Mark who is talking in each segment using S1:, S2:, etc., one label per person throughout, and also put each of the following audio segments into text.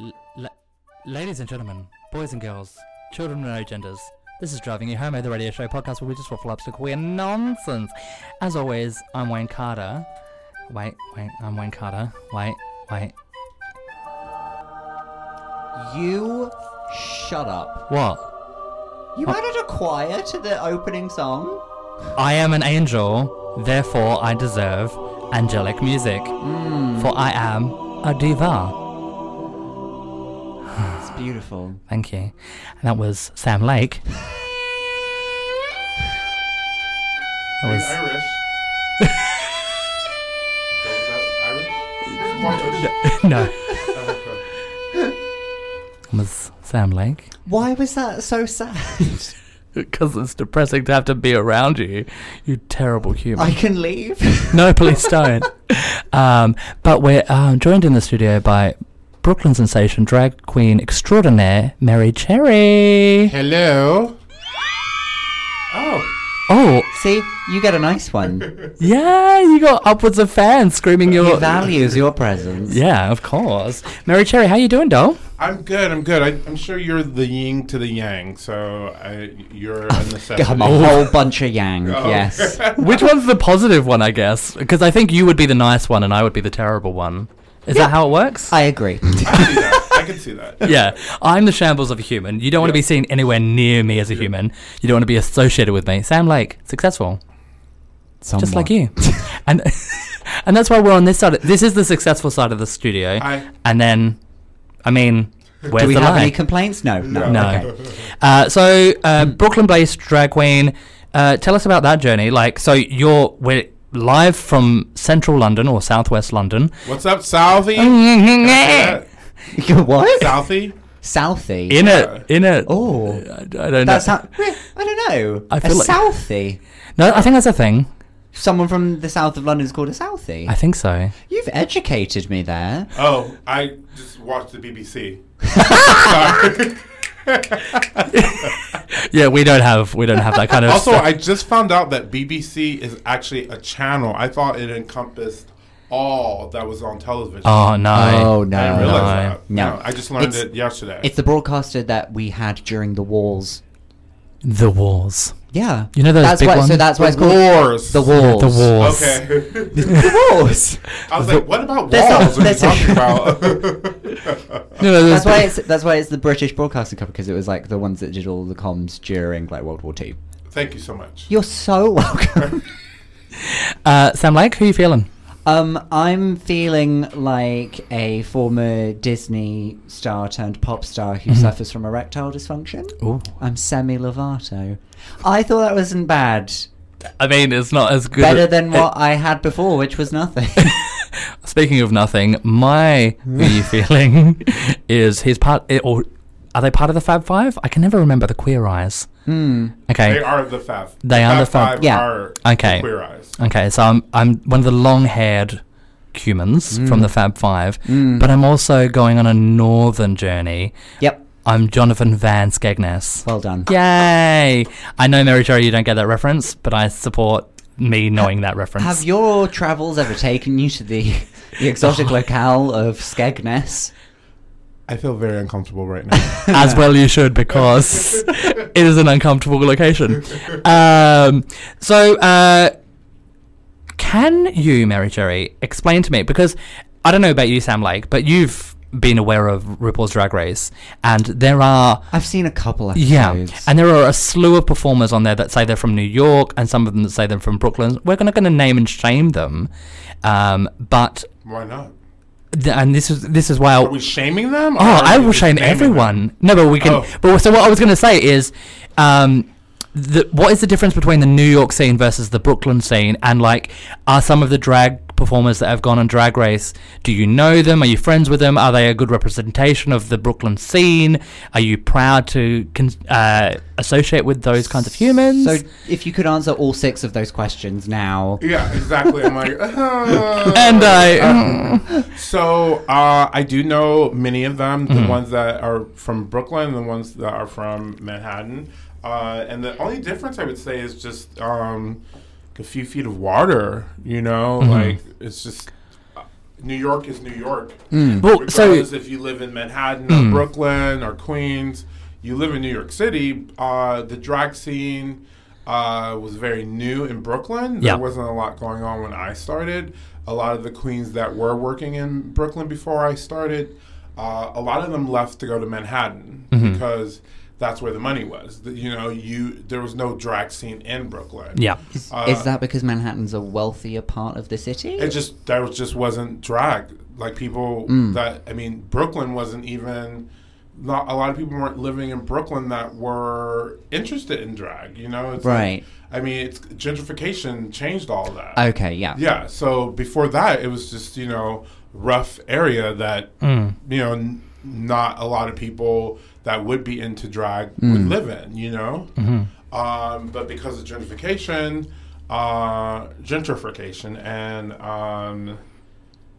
S1: L- la- ladies and gentlemen, boys and girls, children and no genders, this is Driving You Home, the radio show podcast where we just waffle up to queer nonsense. As always, I'm Wayne Carter. Wait, wait, I'm Wayne Carter. Wait, wait.
S2: You shut up.
S1: What?
S2: You added a choir to the opening song.
S1: I am an angel, therefore I deserve angelic music. For I am a diva.
S2: It's beautiful.
S1: Thank you. And that was Sam Lake. That
S3: Are you
S1: was-
S3: Irish. so is that Irish?
S1: no,
S3: Scottish? Oh, okay.
S1: it was Sam Lake.
S2: Why was that so sad?
S1: Because it's depressing to have to be around you, you terrible human.
S2: I can leave.
S1: no, please don't. um, but we're um, joined in the studio by Brooklyn sensation drag queen extraordinaire Mary Cherry.
S4: Hello.
S3: Oh,
S1: Oh,
S2: See, you get a nice one.
S1: yeah, you got upwards of fans screaming
S2: He
S1: your
S2: values your presence.
S1: Yeah, of course. Mary Cherry, how you doing, doll?
S3: I'm good. I'm good. I, I'm sure you're the yin to the yang, so I, you're a necessity.
S2: I'm a Oh,
S1: Oh.
S2: whole bunch of yang.
S3: Oh.
S2: Yes.
S1: Which one's the positive one, I guess? Because I think you would be the nice one and I would be the terrible one. Is that how it works?
S2: I agree.
S3: I see that. I can see that.
S1: yeah, I'm the shambles of a human. You don't want to be seen anywhere near me as a human. You don't want to be associated with me. Sam Lake, successful, just like you, and and that's why we're on this side. Of, this is the successful side of the studio.
S3: I-
S1: and then, I mean, where's
S2: Do we
S1: the
S2: have
S1: line?
S2: any complaints? No. No.
S1: No.
S2: Okay.
S1: uh, so, uh,
S2: Hmm.
S1: Brooklyn-based drag queen. Uh, tell us about that journey. Like, so you're we're live from central London or southwest London.
S3: What's up, Southie?
S1: Mm-hmm. in
S2: what?
S3: Southie?
S2: Southie.
S1: it, in it.
S2: Oh.
S1: I, I don't know.
S2: That sound- I don't know.
S1: I feel
S2: a
S1: like-
S2: Southie.
S1: no, I think that's a thing.
S2: Someone from the south of London is called a Southie.
S1: I think so.
S2: You've educated me there.
S3: Oh, I just watched the BBC.
S1: Yeah, we don't have we don't have that kind of.
S3: Also,
S1: stuff.
S3: I just found out that BBC is actually a channel. I thought it encompassed all that was on television.
S1: oh no.
S2: oh no!
S3: I didn't realize
S1: no.
S3: that.
S2: No.
S3: I just learned
S2: It's-
S3: it yesterday.
S2: It's the broadcaster that we had during the wars.
S1: The walls.
S2: Yeah,
S1: You know those
S2: that's
S1: big
S2: why, So
S1: ones?
S2: that's why it's called
S3: Wars.
S2: the walls.
S1: The walls.
S3: Okay.
S2: The walls.
S3: I was like, what about
S2: That's
S3: walls?
S2: not-
S3: What are you
S2: that's
S3: talking
S1: No,
S3: about?
S1: no, those
S2: That's why
S1: big-
S2: it's that's why it's the British Broadcasting Company because it was like the ones that did all the comms during like World War Two.
S3: Thank you so much.
S2: You're so welcome.
S1: Uh, Sam Lake, who are you feeling?
S2: um, I'm feeling like a former Disney star turned pop star who
S1: Mm-hmm.
S2: suffers from erectile dysfunction.
S1: Ooh.
S2: I'm Semi Lovato. I thought that wasn't bad.
S1: I mean, it's not as good.
S2: Better than
S1: uh,
S2: what I had before, which was nothing.
S1: Speaking of nothing, my who are you feeling is he's part eh, or are they part of the Fab Five? I can never remember the Queer Eyes.
S2: Hmm.
S1: Okay.
S3: They are the Fab.
S1: They are the Fab.
S3: Five
S2: Yeah.
S3: Are
S1: Okay.
S3: the Queer Eyes.
S1: Okay, so I'm I'm one of the long-haired humans from the Fab Five, but I'm also going on a northern journey.
S2: yep.
S1: I'm Jonathan Van Skegness.
S2: Well done.
S1: Yay! I know, Mary Jo, you don't get that reference, but I support me knowing that reference.
S2: Have your travels ever taken you to the, the
S1: Oh.
S2: exotic locale of Skegness?
S3: I feel very uncomfortable right now.
S1: As well you should, because it is an uncomfortable location. Um, so, uh, can you, Mary Jerry, explain to me? Because I don't know about you, Sam Lake, but you've been aware of RuPaul's Drag Race, and there are
S2: I've seen a couple episodes.
S1: Yeah, and there are a slew of performers on there that say they're from New York, and some of them that say they're from Brooklyn. We're not going to name and shame them, um, but
S3: Why not?
S1: th- and this is this is why.
S3: Are we shaming them? or
S1: oh,
S3: are
S1: I
S3: we
S1: will
S3: just
S1: shame
S3: naming them?
S1: everyone. No, but we can.
S3: Oh.
S1: But so what I was going to say is, um, the, what is the difference between the New York scene versus the Brooklyn scene? And like, are some of the drag performers that have gone on Drag Race? Do you know them? Are you friends with them? Are they a good representation of the Brooklyn scene? Are you proud to con- uh, associate with those kinds of humans?
S2: So, if you could answer all six of those questions now.
S3: Yeah, exactly. I'm like, uh,
S1: and I. mm.
S3: So uh, I do know many of them.
S1: Mm-hmm.
S3: The ones that are from Brooklyn, the ones that are from Manhattan, uh, and the only difference I would say is just
S1: Mm-hmm.
S3: um, a few feet of water. You know, like it's just New York is New York.
S1: Mm. Well, so- Mm.
S3: Regardless if you live in Manhattan or Brooklyn or Queens, you live in New York City. Uh, the drag scene uh, was very new in Brooklyn.
S1: Yeah.
S3: There wasn't a lot going on when I started. A lot of the queens that were working in Brooklyn before I started, uh, a lot of them left to go to Manhattan because that's where the money was. The- You know, you there was no drag scene in Brooklyn.
S1: Yeah.
S2: Is,
S3: Uh,
S2: is that because Manhattan's a wealthier part of the city?
S3: It just that was just wasn't drag. Like people that I mean, Brooklyn wasn't even. Not a lot of people weren't living in Brooklyn that were interested in drag. You know, it's like-
S2: Right.
S3: I mean, it's gentrification changed all that.
S2: okay, yeah.
S3: yeah. So before that, it was just you know rough area that you know n- not a lot of people that would be into drag would live in. You know, um, but because of gentrification, uh, gentrification, and um,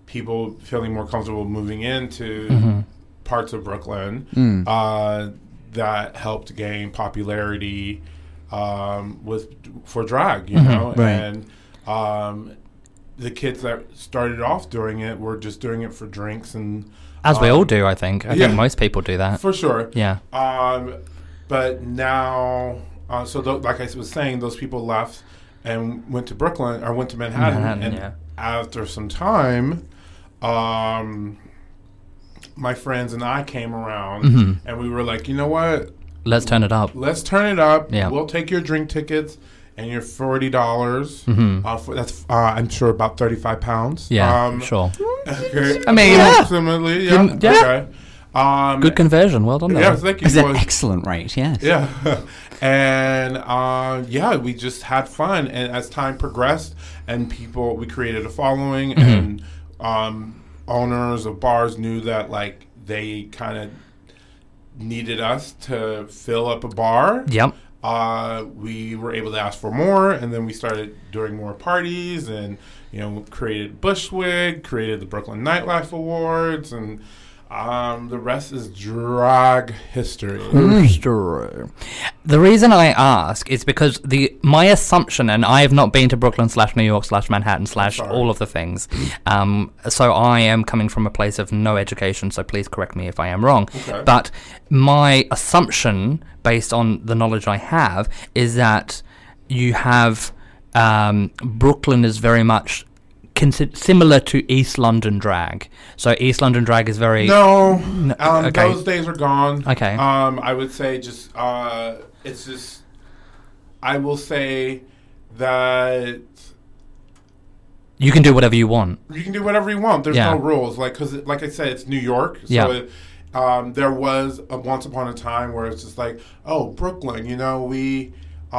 S3: people feeling more comfortable moving into parts of Brooklyn, uh, that helped gain popularity um, with for drag. You know,
S2: Right.
S3: and um, the kids that started off doing it were just doing it for drinks and
S1: As we
S3: um,
S1: all do, I think. I
S3: yeah.
S1: think most people do that.
S3: for sure.
S1: yeah.
S3: Um, but now, uh, so tho- like I was saying, those people left and went to Brooklyn or went to Manhattan.
S1: Manhattan,
S3: and
S1: yeah.
S3: after some time, um, my friends and I came around
S1: Mm-hmm.
S3: and we were like, you know what?
S1: Let's turn it up.
S3: Let's turn it up.
S1: Yeah.
S3: We'll take your drink tickets and your forty dollars. Uh, for, that's uh, I'm sure about thirty five pounds.
S1: Mm-hmm. Yeah,
S3: um,
S1: sure.
S3: Okay.
S1: I mean, yeah.
S3: approximately. Yeah.
S1: Good- yeah.
S3: Okay. Um,
S1: Good conversion. Well done.
S3: yeah,
S1: Yeah,
S3: thank you.
S2: It's an
S3: Well,
S2: excellent rate, yes.
S3: yeah. and uh, yeah, we just had fun. And as time progressed and people, we created a following, and um, owners of bars knew that like they kind of needed us to fill up a bar.
S1: yep.
S3: Uh, we were able to ask for more, and then we started doing more parties, and you know, created Bushwick, created the Brooklyn Nightlife Awards, and um, the rest is drag history.
S1: Mm-hmm. The reason I ask is because the my assumption, and I have not been to Brooklyn slash New York slash Manhattan slash
S3: Sorry.
S1: all of the things, um, so I am coming from a place of no education. So please correct me if I am wrong.
S3: Okay.
S1: But my assumption, based on the knowledge I have, is that you have um, Brooklyn is very much. consi- Similar to East London drag, so East London drag is very
S3: No, um,
S1: okay.
S3: those days are gone.
S1: Okay.
S3: Um, I would say just uh, it's just I will say that
S1: you can do whatever you want.
S3: you can do whatever you want. There's
S1: Yeah.
S3: no rules, like because like I said, it's New York. So
S1: Yeah.
S3: it, um, there was a once upon a time where it's just like, oh, Brooklyn. You know, we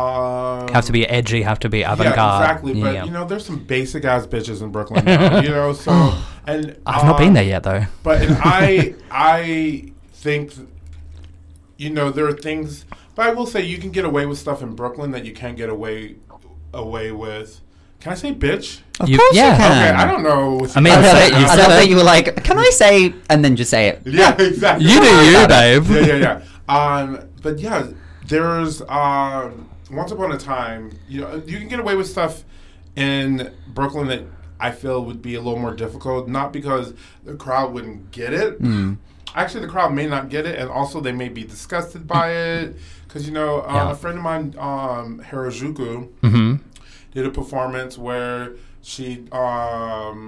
S3: um,
S1: Have to be edgy, have to be
S3: Yeah,
S1: avant-garde.
S3: exactly. But
S1: Yeah.
S3: you know, there's some basic ass bitches in Brooklyn. now, you know, so and
S1: I've not been
S3: um,
S1: there yet, though.
S3: But and I I think you know there are things, but I will say you can get away with stuff in Brooklyn that you can't get away away with. Can I say bitch?
S2: Of
S1: You-
S2: course
S1: yeah.
S2: you
S3: Okay,
S2: can.
S3: I don't know. what
S1: I
S3: you-
S1: mean,
S2: I
S1: You said it,
S2: love it.
S1: you
S2: I
S1: said
S2: love
S1: it.
S2: that you were like, can I say, and then just say it.
S3: Yeah, exactly.
S1: You do you,
S2: about
S1: babe.
S3: Yeah, yeah, yeah. Um, but yeah, there's um, once upon a time, you know, you can get away with stuff in Brooklyn that I feel would be a little more difficult, not because the crowd wouldn't get it.
S1: Hmm.
S3: Actually, the crowd may not get it, and also they may be disgusted by it. Because, you know, uh,
S1: Yeah.
S3: a friend of mine, um, Harajuku,
S1: Mm-hmm.
S3: did a performance where she um,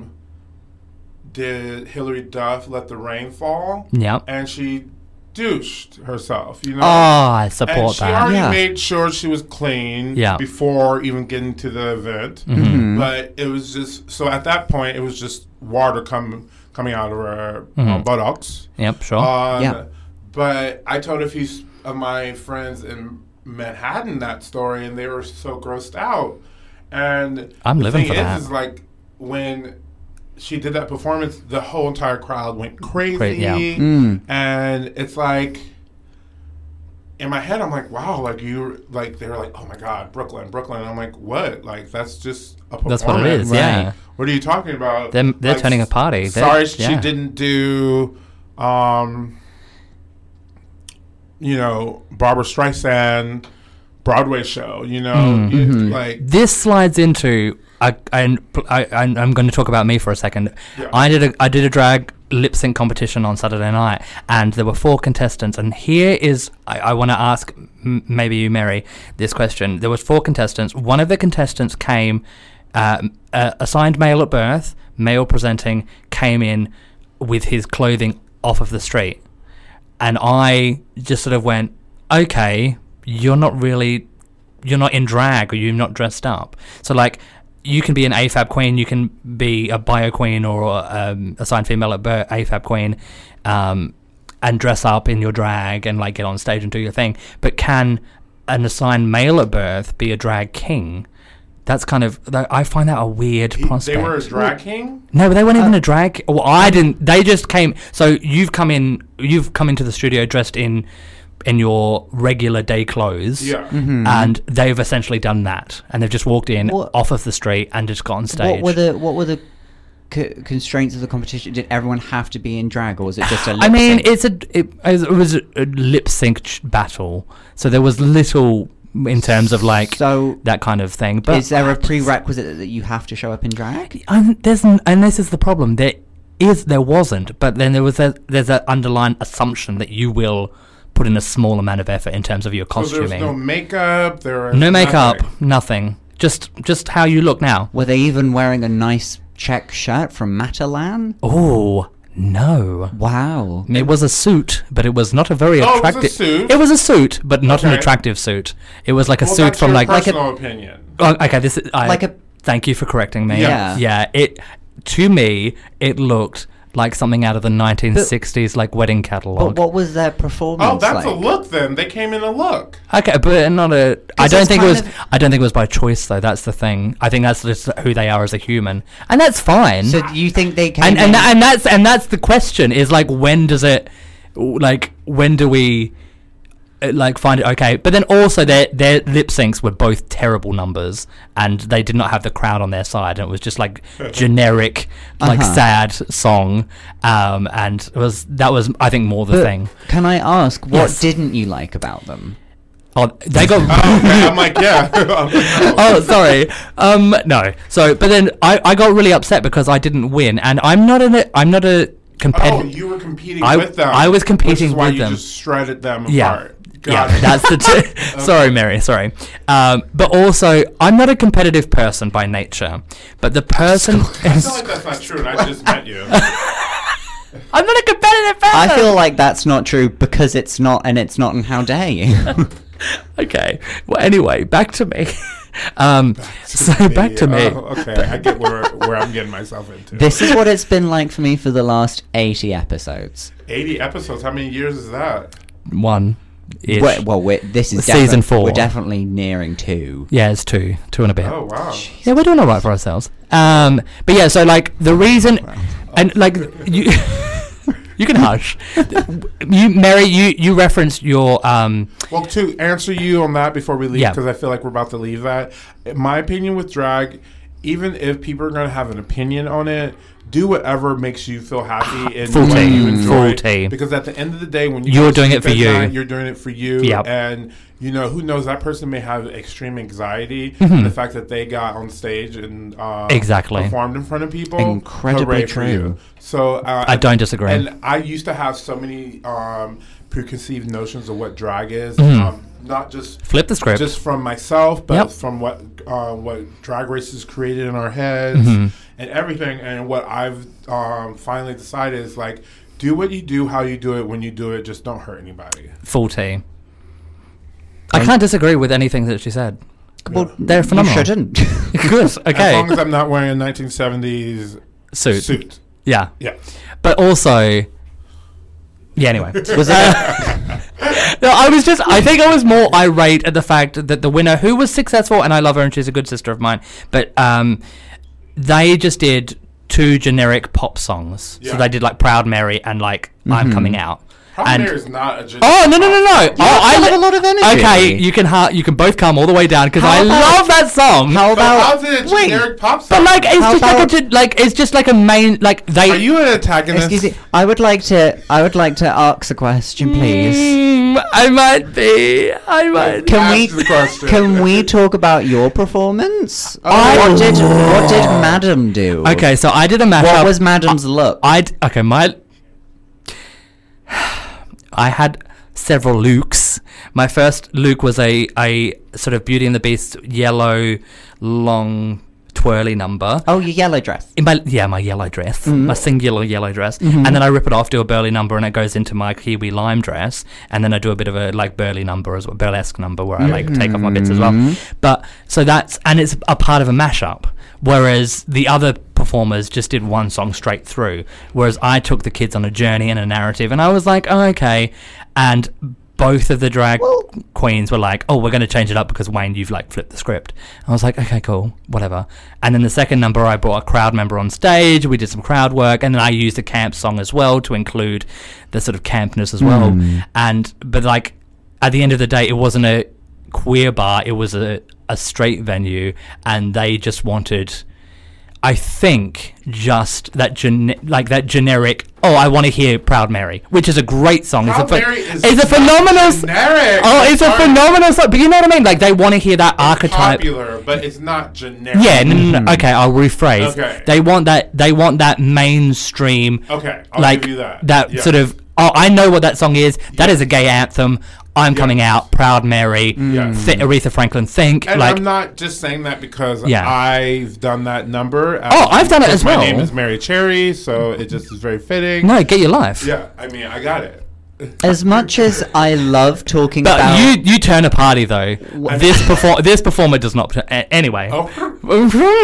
S3: did Hillary Duff let the rain fall.
S1: Yep.
S3: And she douched herself, you
S1: Oh,
S3: know?
S1: I
S3: and
S1: support
S3: she
S1: that.
S3: already
S2: yeah.
S3: made sure she was clean
S1: Yeah. Mm-hmm.
S3: before even getting to the event. But it was just, so at that point, it was just water come, coming out of her uh,
S1: Mm-hmm.
S3: buttocks.
S1: Yep, sure.
S3: Um,
S2: Yeah.
S3: But I told a few s- of my friends in Manhattan that story, and they were so grossed out. And
S1: I'm
S3: the
S1: living for
S3: thing is,
S1: that.
S3: is like when she did that performance, the whole entire crowd went crazy,
S1: Cra- yeah.
S3: and it's like. In my head, I'm like, wow, like you, like they're like, oh my god, Brooklyn, Brooklyn. And I'm like, what? Like that's just a performance.
S1: That's what it is.
S2: Right.
S1: Yeah.
S3: What are you talking about?
S1: They're- they're turning a party. They're-
S3: sorry, she
S1: yeah.
S3: didn't do, um, you know, Barbara
S1: Mm, mm-hmm.
S3: Streisand Broadway show. You know, You- like
S1: This slides into I, I, I, I'm going to talk about me for a second.
S3: Yeah.
S1: I did a I did a drag lip sync competition on Saturday night, and there were four contestants. And here is I, I want to ask m- maybe you, Mary, this question. There was four contestants. One of the contestants came uh, uh, assigned male at birth, male presenting, came in with his clothing off of the street, and I just sort of went, okay, you're not really you're not in drag or you're not dressed up. So like you can be an AFAB queen, you can be a bio queen or um, assigned female at birth AFAB queen, um, and dress up in your drag and like get on stage and do your thing. But can an assigned male at birth be a drag king? That's kind of like, I find that a weird
S3: He-
S1: prospect.
S3: they were a drag king.
S1: No, but they weren't
S2: Uh,
S1: even a drag. Well, I didn't. They just came. So you've come in. You've come into the studio dressed in in your regular day clothes.
S3: Yeah.
S1: And they've essentially done that, and they've just walked in
S2: Hmm. What-
S1: off of the street and just got on stage.
S2: What were the what were the co- constraints of the competition? Did everyone have to be in drag, or was it just a?
S1: I
S2: lip
S1: mean,
S2: sync?
S1: it's a it, it was a, a lip sync ch- battle, so there was little in terms of like
S2: So-
S1: that kind of thing. But
S2: is there
S1: I
S2: a
S1: just-
S2: prerequisite that you have to show up in drag?
S1: And there's n- and this is the problem. There is there wasn't, but then there was a, there's that underlying assumption that you will put in a small amount of effort in terms of your
S3: So there was
S1: costuming.
S3: no makeup. There was
S1: no makeup,
S3: nothing.
S1: nothing. Just just how you look now.
S2: Were they even wearing a nice check shirt from Matalan?
S1: Oh no.
S2: Wow.
S1: It was a suit, but it was not a very
S3: Oh, it was a
S1: attractive
S3: suit?
S1: It was a suit, but not an
S3: Okay.
S1: attractive suit. It was like a
S3: Well,
S1: suit
S3: that's
S1: from
S3: your
S1: like like
S3: personal
S1: a,
S3: opinion.
S1: Oh, okay, this is I,
S2: Like a-
S1: Thank you for correcting me.
S2: Yeah.
S1: yeah. It to me it looked like something out of the 1960s, like wedding catalog.
S2: But what was their performance
S3: Oh,
S2: like?
S3: that's a look. Then they came in a look.
S1: okay, but not a. I don't
S2: it's
S1: think it was.
S2: kind of-
S1: I don't think it was by choice though. That's the thing. I think that's just who they are as a human, and that's fine.
S2: So do you think they came
S1: and
S2: in-
S1: and, that, and that's and that's the question is like when does it like when do we uh, like find it okay but then also their their lip syncs were both terrible numbers and they did not have the crowd on their side and it was just like generic like
S2: Uh-huh.
S1: sad song um and it was that was i think more the
S2: But
S1: thing
S2: Can I ask what
S1: Yes.
S2: didn't you like about them?
S1: oh they got
S3: Oh, okay. I'm like, yeah. I'm like,
S1: oh, sorry. Um, no. So, but then I, I got really upset because I didn't win, and I'm not in a I'm not a
S3: Oh,
S1: competitive.
S3: you were competing
S1: I-
S3: with them.
S1: I was
S3: which is
S1: competing
S3: why
S1: with
S3: you
S1: them.
S3: Just shredded them apart.
S1: Yeah,
S3: Got it.
S1: that's the. T- Sorry, Mary. Sorry, um, but also I'm not a competitive person by nature. But the person,
S3: I feel like that's not true, and I just met you.
S1: I'm not a competitive person.
S2: I feel like that's not true because it's not, and it's not, and how dare you?
S1: okay. Well, anyway, back to me. um, so back to me.
S3: Oh, okay, I get where, where I'm getting myself into.
S2: this is what it's been like for me for the last 80 episodes.
S3: 80 episodes. How many years is that?
S1: One. Ish.
S2: Well, well we're, this is
S1: Season
S2: defi-
S1: four.
S2: We're definitely nearing two.
S1: yeah, it's two, two and a bit.
S3: Oh wow.
S1: Yeah, we're doing all right for ourselves. Um, but yeah, so like the reason, and like you, you can hush. You, Mary, you you referenced your um,
S3: Well, to answer you on that before we leave,
S1: Yeah.
S3: because I feel like we're about to leave that. in My opinion with drag, even if people are going to have an opinion on it, do whatever makes you feel happy and
S1: Full
S3: what
S1: tea.
S3: you
S1: Mm.
S3: enjoy.
S1: Full tea.
S3: Because at the end of the day, when you
S1: You're
S3: go to
S1: doing
S3: sleep
S1: it for
S3: at
S1: you.
S3: night, you're doing it for you.
S1: Yep.
S3: And you know who knows that person may have extreme anxiety. And the fact that they got on stage and uh,
S1: Mm-hmm. Exactly.
S3: performed in front of people,
S2: Incredibly
S3: hooray for you.
S2: true.
S3: So uh,
S1: I don't disagree.
S3: and I used to have so many um, preconceived notions of what drag is, um, not just
S1: Mm-hmm. flip the script.
S3: just from myself, but
S1: Yep.
S3: from what uh, what drag races created in our heads
S1: Mm-hmm.
S3: and everything. And what I've um, finally decided is like, do what you do, how you do it, when you do it. Just don't hurt anybody.
S1: full tea. I can't disagree with anything that she said.
S2: Well,
S1: They're phenomenal.
S2: You shouldn't.
S1: Good.
S3: As
S1: Okay.
S3: long as I'm not wearing a 1970s
S1: suit.
S3: suit.
S1: Yeah.
S3: Yeah.
S1: But also, yeah. Anyway,
S2: Was it?
S1: no, I was just. I think I was more irate at the fact that the winner, who was successful, and I love her, and she's a good sister of mine, but um, they just did two generic pop songs. So
S3: Yeah.
S1: Mm-hmm. they did like "Proud Mary" and like "I'm Coming Out,"
S3: Problem
S1: and
S3: Mayor is not a gender.
S1: Oh no no no no! oh, I
S4: have
S1: li-
S4: a lot of energy.
S1: Okay, you can ha- you can both come all the way down because
S4: How
S1: I
S4: about-
S1: love that song.
S4: How
S3: But how's
S4: about
S3: it a
S4: wait?
S3: generic pop song?
S1: but like it's
S4: How
S1: just like a
S4: about-
S1: gen- like it's just like a main like they.
S3: are you an antagonist?
S2: Excuse me. I would like to. I would like to ask a question, please.
S1: Mm, I might be. I might.
S2: Can
S3: Ask
S2: we?
S3: the question. Oh,
S2: Can we talk about your performance?
S4: I-
S2: what did What did Madam do?
S1: Oh. Okay, so I did a mashup.
S2: What was Madam's look?
S1: I d- okay my. I had several looks. My first look was a a sort of Beauty and the Beast yellow long twirly number.
S2: oh, your yellow dress.
S1: in my yeah my yellow dress my singular yellow dress and then i rip it off do a burly number and it goes into my kiwi lime dress and then i do a bit of a like burly number as well burlesque number where i like take off my bits as well but so that's and it's a part of a mashup whereas the other performers just did one song straight through whereas i took the kids on a journey and a narrative and i was like oh, okay and both of the drag queens were like, "Oh, we're going to change it up because Wayne, you've like flipped the script." I was like, "Okay, cool, whatever." And then the second number, I brought a crowd member on stage. We did some crowd work, and then I used a camp song as well to include the sort of campness as well. And but like at the end of the day, it wasn't a queer bar; it was a a straight venue, and they just wanted. I think just that gen- like that generic. Oh, I want to hear "Proud Mary," which is a great song.
S3: Proud
S1: it's a, phe-
S3: Mary is
S1: it's a
S3: not
S1: phenomenal. s-
S3: generic.
S1: Oh, it's a
S3: Sorry.
S1: phenomenal song. But you know what I mean? Like they want to hear that archetype.
S3: popular, but it's not generic.
S1: Yeah. No, no, no. Okay, I'll rephrase.
S3: Mm-hmm. Okay.
S1: They want that. They want that mainstream.
S3: Okay, I'll
S1: like
S3: give you that. Yeah.
S1: sort of. Oh, I know what that song is. That is a gay anthem. I'm coming out. Proud Mary.
S3: Yes.
S1: Th- Aretha Franklin. Think
S3: Mm. And
S1: like.
S3: I'm not just saying that because
S1: Yeah.
S3: I've done that number. Um,
S1: Oh, I've done it
S3: because
S1: as
S3: My
S1: well.
S3: name is Mary Cherry, so it just is very fitting.
S1: no, get your life.
S3: Yeah, I mean, I got it.
S2: As much as I love talking
S1: But
S2: about
S1: you you turn a party though. This perform this performer does not. turn- a- Anyway.
S3: Oh,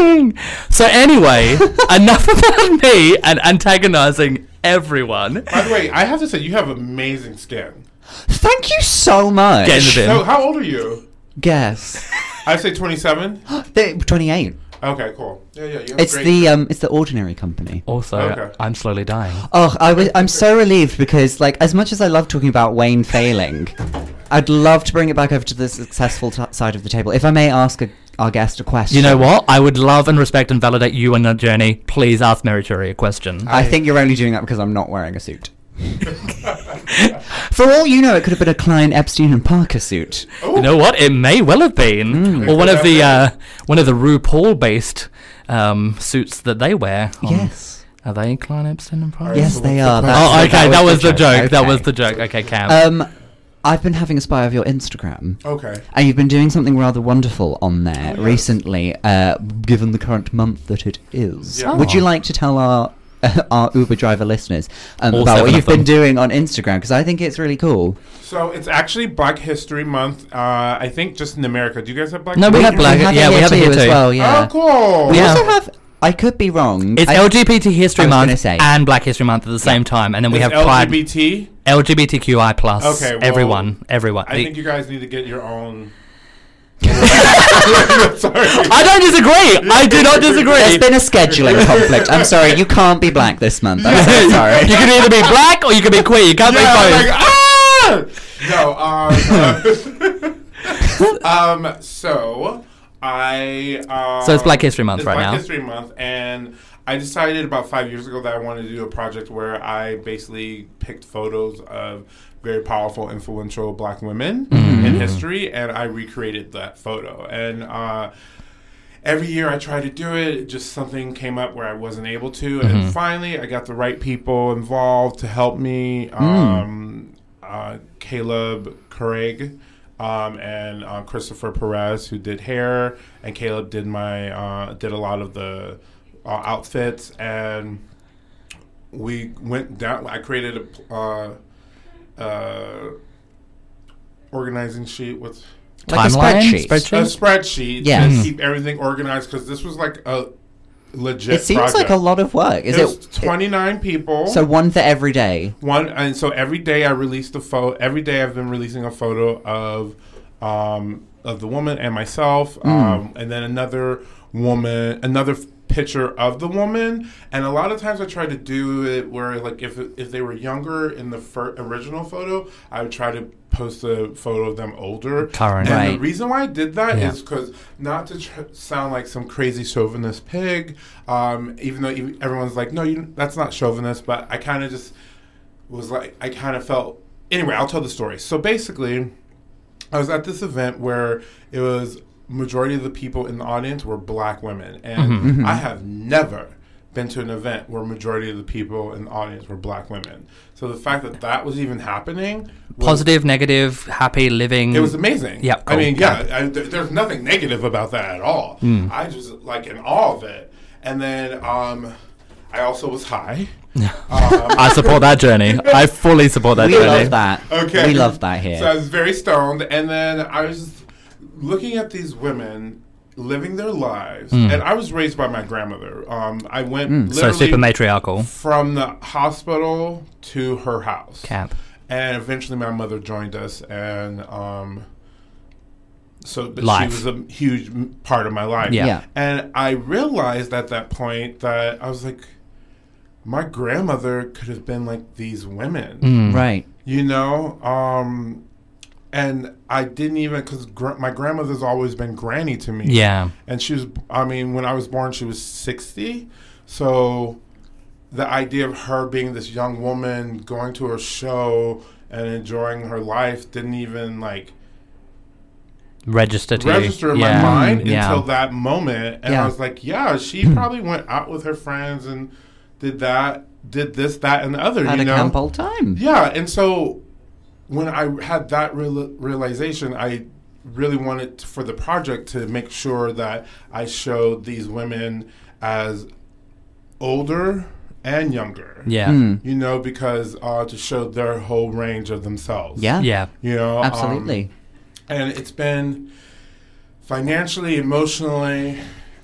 S1: So anyway, enough about me and antagonizing everyone.
S3: by the way, I have to say you have amazing skin.
S2: Thank you so much.
S1: Get in the bin.
S3: So, how old are you?
S2: Guess.
S3: I say 27.
S2: They- 28.
S3: Okay, cool. Yeah, yeah, you have
S2: It's
S3: great
S2: the um it's the ordinary company.
S1: Also,
S3: Okay.
S1: I'm slowly dying.
S2: Oh, I was, I'm so relieved because like as much as I love talking about Wayne failing, I'd love to bring it back over to the successful t- side of the table. If I may ask a, our guest a question.
S1: You know what? I would love and respect and validate you on your journey. Please ask Mary Cherry a question.
S2: I think you're only doing that because I'm not wearing a suit. For all you know, it could have been a Klein, Epstein, and Parker suit.
S1: you know what? It may well have been,
S2: Hmm.
S1: or one of the uh, one of the RuPaul-based um, suits that they wear. on-
S2: Yes.
S1: Are they Klein Epstein and Price?
S2: Yes, they are. That's
S1: Um, Oh, okay. That was the joke. That
S2: Okay.
S1: was the joke. Okay, Cam.
S2: Um, I've been having a spy of your Instagram.
S3: Okay.
S2: And you've been doing something rather wonderful on
S1: Oh,
S2: there recently, uh, given the current month that it is.
S3: Yeah.
S1: Oh.
S2: Would you like to tell our our Uber driver listeners um,
S1: All
S2: about
S1: seven
S2: what
S1: of
S2: you've been
S1: them.
S2: doing on Instagram? Because I think it's really cool.
S3: So it's actually Black History Month. Uh, I think just in America. Do you guys have Black?
S1: No, we
S3: History?
S1: have Black-
S2: it
S1: yeah, we have it here
S2: as
S1: too.
S2: well. Yeah,
S3: Oh, cool.
S2: we
S1: Yeah.
S2: also have. I could be wrong.
S1: it's
S2: I-
S1: LGBT History
S2: I was gonna
S1: Month
S2: say.
S1: and Black History Month at the same time, and then we
S3: It's
S1: have Pride,
S3: LGBT.
S1: LGBTQI plus.
S3: Okay, well,
S1: everyone, everyone.
S3: I
S1: The-
S3: think you guys need to get your own. Sorry.
S1: I don't disagree. I do not
S2: There's
S1: disagree.
S2: been a scheduling conflict. I'm sorry, you can't be black this month. I'm so sorry.
S1: you can either be black or you can be queer. You can't
S3: Yeah,
S1: be both.
S3: I'm like, ah! No, um, um, so I. Um,
S1: So it's Black History Month
S3: it's
S1: right
S3: Black
S1: now.
S3: History Month, and I decided about five years ago that I wanted to do a project where I basically picked photos of very powerful, influential Black women
S1: Mm-hmm.
S3: in history, and I recreated that photo. And uh, every year I try to do it, just something came up where I wasn't able to, and finally I got the right people involved to help me. Um, uh, Caleb Craig. Um, and uh, Christopher Perez, who did hair, and Caleb did my uh, did a lot of the uh, outfits, and we went down. I created a pl- uh, uh, organizing sheet with
S2: Like a
S1: Timeline?
S2: spreadsheet.
S1: Spreadsheet?
S3: a spreadsheet
S2: Yeah.
S3: to
S2: Mhm.
S3: keep everything organized because this was like a legit.
S2: It seems like a lot of work. Is
S3: There's
S2: it?
S3: 29 people.
S2: So one for every day.
S3: one, and so every day I released a photo. Every day I've been releasing a photo of,
S2: Hmm.
S3: um, of the woman and myself, um, and then another woman, another f- picture of the woman. And a lot of times I try to do it where, like, if if they were younger in the fir- original photo, I would try to post a photo of them older.
S1: Current.
S3: And the
S2: Right.
S3: reason why I did that is
S1: Yeah.
S3: because not to tr- sound like some crazy chauvinist pig, um, even though ev- everyone's like, no, you, that's not chauvinist, but I kind of just was like, I kind of felt. Anyway, I'll tell the story. So basically, I was at this event where it was majority of the people in the audience were black women, and I have never been to an event where majority of the people in the audience were black women. So the fact that that was even happening was
S1: Positive, negative, happy, living.
S3: it was amazing.
S1: Yep,
S3: I mean,
S1: cool.
S3: yeah, I, th- there's nothing negative about that at all. I just like in all of it. And then um, I also was high. um,
S1: I support that journey. I fully support that
S2: We
S1: journey.
S2: love that.
S3: Okay.
S2: We love that here.
S3: So I was very stoned, and then I was just looking at these women living their lives, and I was raised by my grandmother. Um, I went
S1: So
S3: literally
S1: super matriarchal.
S3: from the hospital to her house.
S1: Cap.
S3: And eventually, my mother joined us, and um, so but she
S1: Life.
S3: was a huge m- part of my life.
S1: Yeah.
S2: Yeah.
S3: And I realized at that point that I was like, my grandmother could have been like these women
S1: Mm.
S2: right.
S3: you know um and i didn't even because gr- my grandmother's always been granny to me
S1: Yeah.
S3: and she was i mean when i was born she was 60 so the idea of her being this young woman going to her show and enjoying her life didn't even like
S1: Register to
S3: register in
S1: you.
S3: my mind
S1: yeah.
S3: until that moment
S2: Mm,
S3: and
S2: Yeah. Hmm.
S3: i was like yeah she probably went out with her friends and did that did this that and the other
S2: Had
S3: you
S2: a
S3: know
S2: camp all time.
S3: yeah, and so when I had that real- realization, I really wanted t- for the project to make sure that I showed these women as older and younger.
S1: Yeah.
S2: Mm.
S3: You know, because uh, to show their whole range of themselves.
S2: Yeah.
S1: Yeah.
S3: You know, um,
S2: Absolutely.
S3: and it's been financially, emotionally,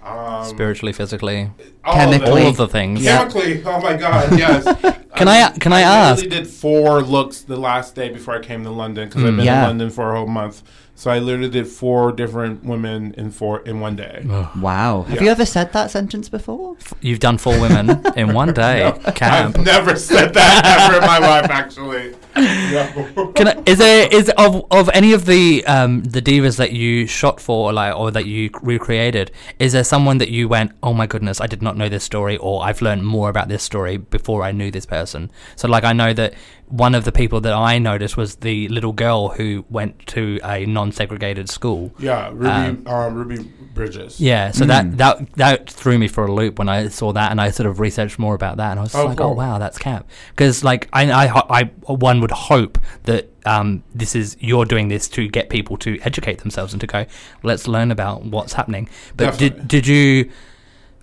S3: um,
S1: Spiritually, physically,
S3: all
S2: Chemically.
S1: all
S3: Of
S1: of the things.
S2: Yeah.
S3: Chemically, oh my god, yes. Um,
S1: Can I- can I ask-
S3: literally did four looks the last day before I came to London because
S1: Mm,
S3: I've been
S2: Yeah.
S3: in London for a whole month. So I literally did four different women in four in one day.
S2: wow. Have you ever said that sentence before?
S1: You've done four women in one day. Camp.
S3: I've never said that ever in my life, actually. No.
S1: Can I, is there is of of any of the um the divas that you shot for like or that you recreated? Is there someone that you went, oh my goodness, I did not know this story, or I've learned more about this story before I knew this person? So like I know that one of the people that I noticed was the little girl who went to a non-segregated school.
S3: yeah, Ruby, um, Ruby Bridges.
S1: Yeah, so that, that that threw me for a loop when I saw that, and I sort of researched more about that, and I was just
S3: Oh,
S1: like, oh
S3: cool.
S1: wow, that's cap. Because like I, I ho- I one would hope that um this is you're doing this to get people to educate themselves and to go, let's learn about what's happening. But did
S3: Definitely.
S1: did you?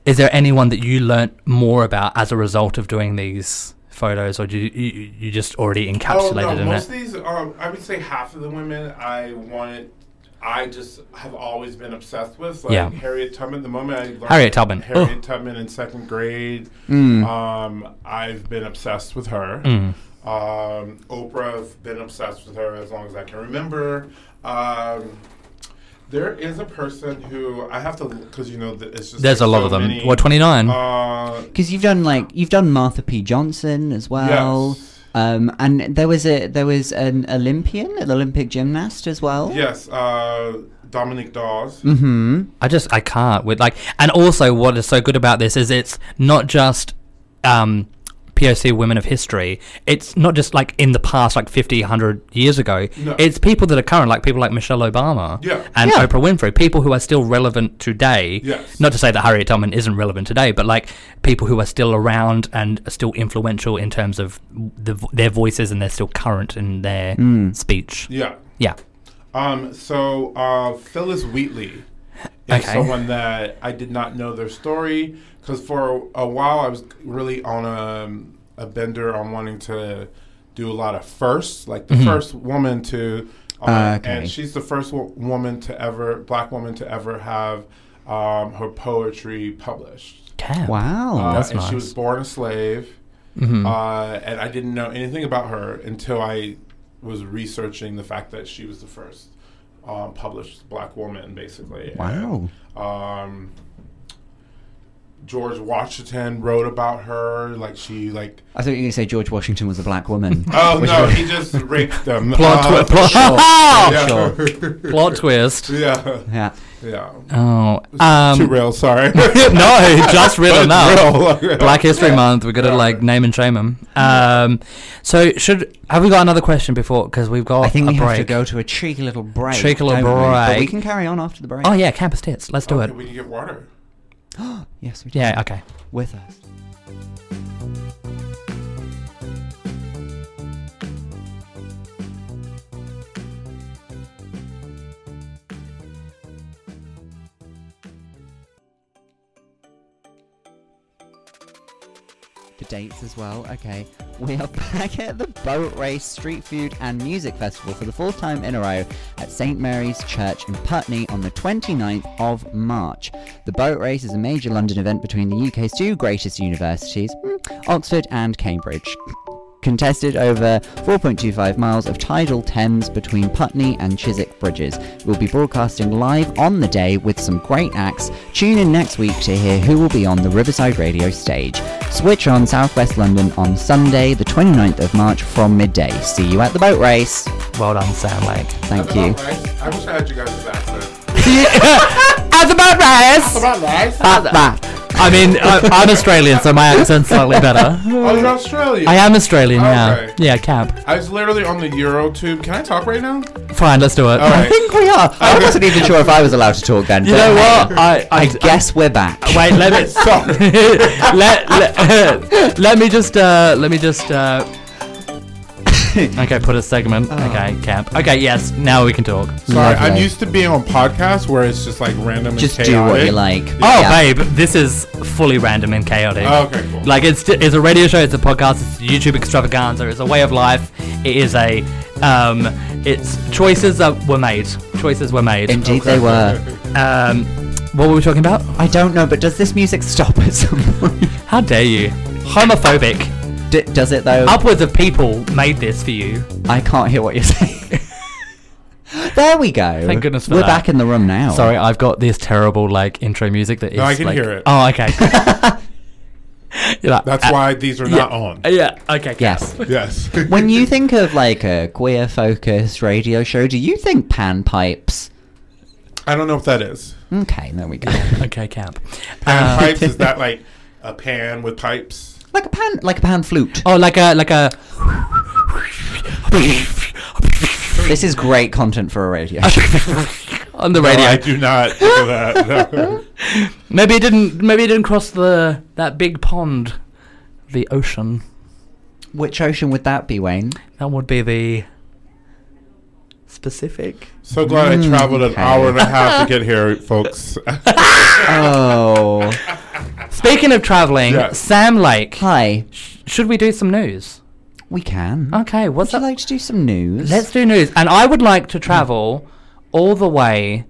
S1: Is there anyone that you learnt more about as a result of doing these photos, or do you you, you just already
S3: Oh
S1: encapsulated
S3: no,
S1: in
S3: most of
S1: it?
S3: these, um, I would say half of the women I wanted. I just have always been obsessed with like
S1: Yeah.
S3: Harriet Tubman. The moment I learned
S1: Harriet Tubman.
S3: Harriet
S1: Ugh.
S3: Tubman in second grade, um, I've been obsessed with her.
S1: Mm.
S3: Um, Oprah, I've been obsessed with her as long as I can remember. Um, there is a person who I have to because you know th- it's just
S1: There's a
S3: like,
S1: lot
S3: so
S1: of them.
S3: many,
S1: Well, twenty nine.
S3: Uh,
S2: Because you've done like you've done Martha P. Johnson as well.
S3: Yes.
S2: Um, and there was a there was an Olympian, an Olympic gymnast as well.
S3: yes, uh, Dominic Dawes.
S1: Mm.
S2: Mm-hmm.
S1: I just I can't with like and also what is so good about this is it's not just um POC women of history. It's not just like in the past, like 50, 100 years ago.
S3: No.
S1: It's people that are current, like people like Michelle Obama
S3: Yeah.
S1: and
S2: Yeah.
S1: Oprah Winfrey, people who are still relevant today.
S3: Yes.
S1: Not to say that Harriet Tubman isn't relevant today, but like people who are still around and are still influential in terms of the, their voices and they're still current in their
S2: Hmm.
S1: speech.
S3: Yeah.
S1: Yeah.
S3: Um, so uh, Phyllis Wheatley is
S1: Okay.
S3: someone that I did not know their story because for a while I was really on a, a bender on wanting to do a lot of firsts, like the first woman to, um,
S2: Mm-hmm. Ah, okay.
S3: and she's the first wo- woman to ever, black woman to ever have um, her poetry published.
S1: Damn.
S2: Wow.
S3: Uh,
S1: Oh, That's
S3: and she
S1: nice. Mm-hmm.
S3: was born a slave. Uh, and I didn't know anything about her until I was researching the fact that she was the first um, published black woman, basically.
S2: Wow.
S3: And, um, George Washington wrote about her. Like she like.
S2: I thought you were going to say George Washington was a black woman.
S3: Oh
S2: which
S3: no,
S2: would-
S3: he just raped them.
S1: Plot,
S3: Uh,
S1: twi- plot,
S3: yeah.
S2: sure.
S1: plot twist.
S3: yeah,
S2: yeah.
S3: yeah.
S1: Oh,
S3: Too
S1: um,
S3: real.
S1: no,
S3: Sorry.
S1: just real
S3: But
S1: enough.
S3: real.
S1: Black History Month. We got to like name and shame them. Um, so should have we got another question before? Because we've got
S2: I think
S1: a
S2: we
S1: break.
S2: have to go to a cheeky little break.
S1: Cheeky little
S2: don't we? But we
S1: break.
S2: can carry on after the break.
S1: Oh yeah, campus tits. Let's do it.
S3: Okay, Oh, We can get water.
S2: Yes, we do.
S1: Yeah. Okay.
S2: With us. The dates as well. Okay, we are back at the Boat Race Street Food and Music Festival for the fourth time in a row at St Mary's Church in Putney on the 29th of March. The Boat Race is a major London event between the UK's two greatest universities, mm, Oxford and Cambridge. Contested over 4.25 miles of tidal Thames between Putney and Chiswick bridges. We'll be broadcasting live on the day with some great acts. Tune in next week to hear who will be on the Riverside Radio stage. Switch on Southwest London on Sunday, the 29th of March from midday. See you at the boat race.
S1: Well done, Sam Lake.
S2: Thank you.
S3: Right? I wish I had you guys' accent.
S1: At the boat race.
S3: About
S2: Uh,
S3: lies?
S1: At that. I mean, I, I'm Australian, so my accent's slightly better.
S3: Oh, you're Australian.
S1: I am Australian. Yeah.
S3: Okay.
S1: Yeah. Camp.
S3: I was literally on the Eurotube. Can I talk right now?
S1: Fine. Let's do it.
S3: All
S2: I
S3: right.
S2: think we are. I wasn't even sure if I was allowed to talk then.
S1: You
S2: but
S1: know
S2: hey,
S1: what? I
S2: I guess we're back.
S1: Wait, let me let, let, let me just uh, let me just uh, okay, put a segment.
S3: Oh.
S1: Okay, camp. Okay, yes, now we can talk.
S3: Sorry, I'm
S2: Lovely.
S3: used to being on podcasts where it's just like random
S2: Just
S3: and
S2: do
S3: chaotic.
S2: what you like.
S1: Oh,
S2: Yeah.
S1: babe, this is fully random and chaotic.
S3: Oh, okay, cool.
S1: Like it's it's a radio show, it's a podcast, it's a YouTube extravaganza, it's a way of life. It is a um, it's choices that were made. Choices were made.
S2: Indeed, they were.
S1: Um, what were we talking about?
S2: I don't know, but does this music stop at some point?
S1: How dare you? Homophobic.
S2: D- does it though?
S3: Oh.
S1: Upwards of people made this for you.
S2: I can't hear what you're saying. there we go.
S1: Thank goodness for
S2: We're
S1: that.
S2: back in the room now.
S1: Sorry, I've got this terrible like intro music that is.
S3: I can
S1: like-
S3: hear it.
S1: Oh, okay. You're like,
S3: That's
S1: uh,
S3: why these are
S1: yeah,
S3: not on.
S1: uh, Yeah. Okay.
S2: Yes.
S3: Yes.
S2: When you think of like a queer focused radio show, do you think pan pipes?
S3: I don't know if that is.
S2: Okay, there we go.
S1: okay, camp.
S2: Uh,
S1: Um,
S3: Pan pipes is that like a pan with pipes?
S2: like a pan, like a pan flute.
S1: oh, like a like a.
S2: This is great content for a radio. show.
S1: on the
S3: No,
S1: radio.
S3: I do not do that. No.
S1: Maybe it didn't. Maybe it didn't cross the that big pond, the ocean.
S2: Which ocean would that be, Wayne?
S1: That would be the specific.
S3: So glad I traveled an
S2: Mm, okay.
S3: hour and a half to get here, folks.
S2: Oh,
S1: Speaking of traveling,
S3: Yeah.
S1: Sam Lake.
S2: hi.
S1: Should we do some news?
S2: We can.
S1: Okay. What's
S2: Would you
S1: up?
S2: like to do some news?
S1: Let's do news. And I would like to travel all the way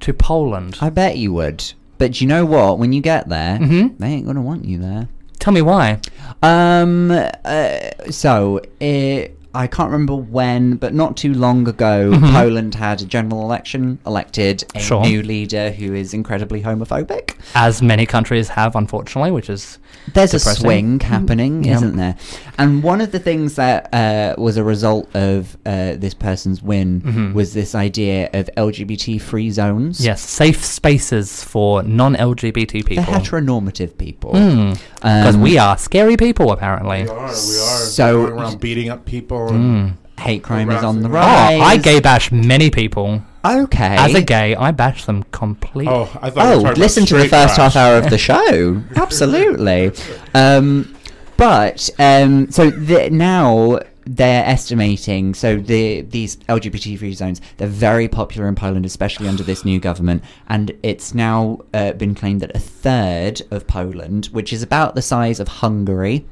S1: to Poland.
S2: I bet you would. But you know what? When you get there,
S1: Mm-hmm.
S2: they ain't gonna want you there.
S1: Tell me why.
S2: Um. Uh, so it, I can't remember when, but not too long ago, Poland had a general election, elected a
S1: Mm-hmm. Sure.
S2: new leader who is incredibly homophobic.
S1: As many countries have, unfortunately, which is.
S2: There's
S1: Depressing. Mm-hmm.
S2: a swing happening,
S1: Yeah.
S2: isn't there? And one of the things that uh, was a result of uh, this person's win was this idea of LGBT free zones.
S1: Mm-hmm. Yes, safe spaces for non LGBT people.
S2: They're heteronormative people. Um,
S1: Because we are scary people, apparently. Mm.
S3: we are. We are.
S2: So- Mm.
S3: We're going around beating up people. And
S2: hate crime is on the
S1: Oh,
S2: rise.
S1: I gay bash many people.
S2: Okay.
S1: As a gay, I bash them completely.
S3: Oh, I thought. we were talking
S2: Oh,
S3: about
S2: listen to the
S3: straight
S2: first
S3: trash.
S2: half hour of the show. Absolutely. Um, but um, so the, now they're estimating. So the these LGBT free zones they're very popular in Poland, especially under this new government. And it's now uh, been claimed that a third of Poland, which is about the size of Hungary,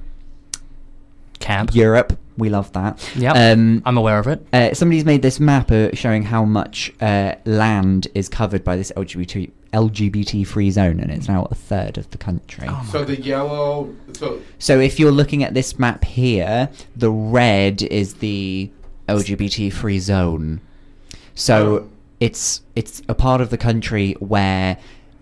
S1: Camp.
S2: Europe, we love that.
S1: Yep.
S2: Um,
S1: I'm aware of it.
S2: uh, somebody's made this map uh, showing how much uh, land is covered by this LGBT LGBT free zone, and it's now a third of the country.
S3: So the yellow. So
S2: So if you're looking at this map here, the red is the LGBT free zone. So
S3: Oh.
S2: it's it's a part of the country where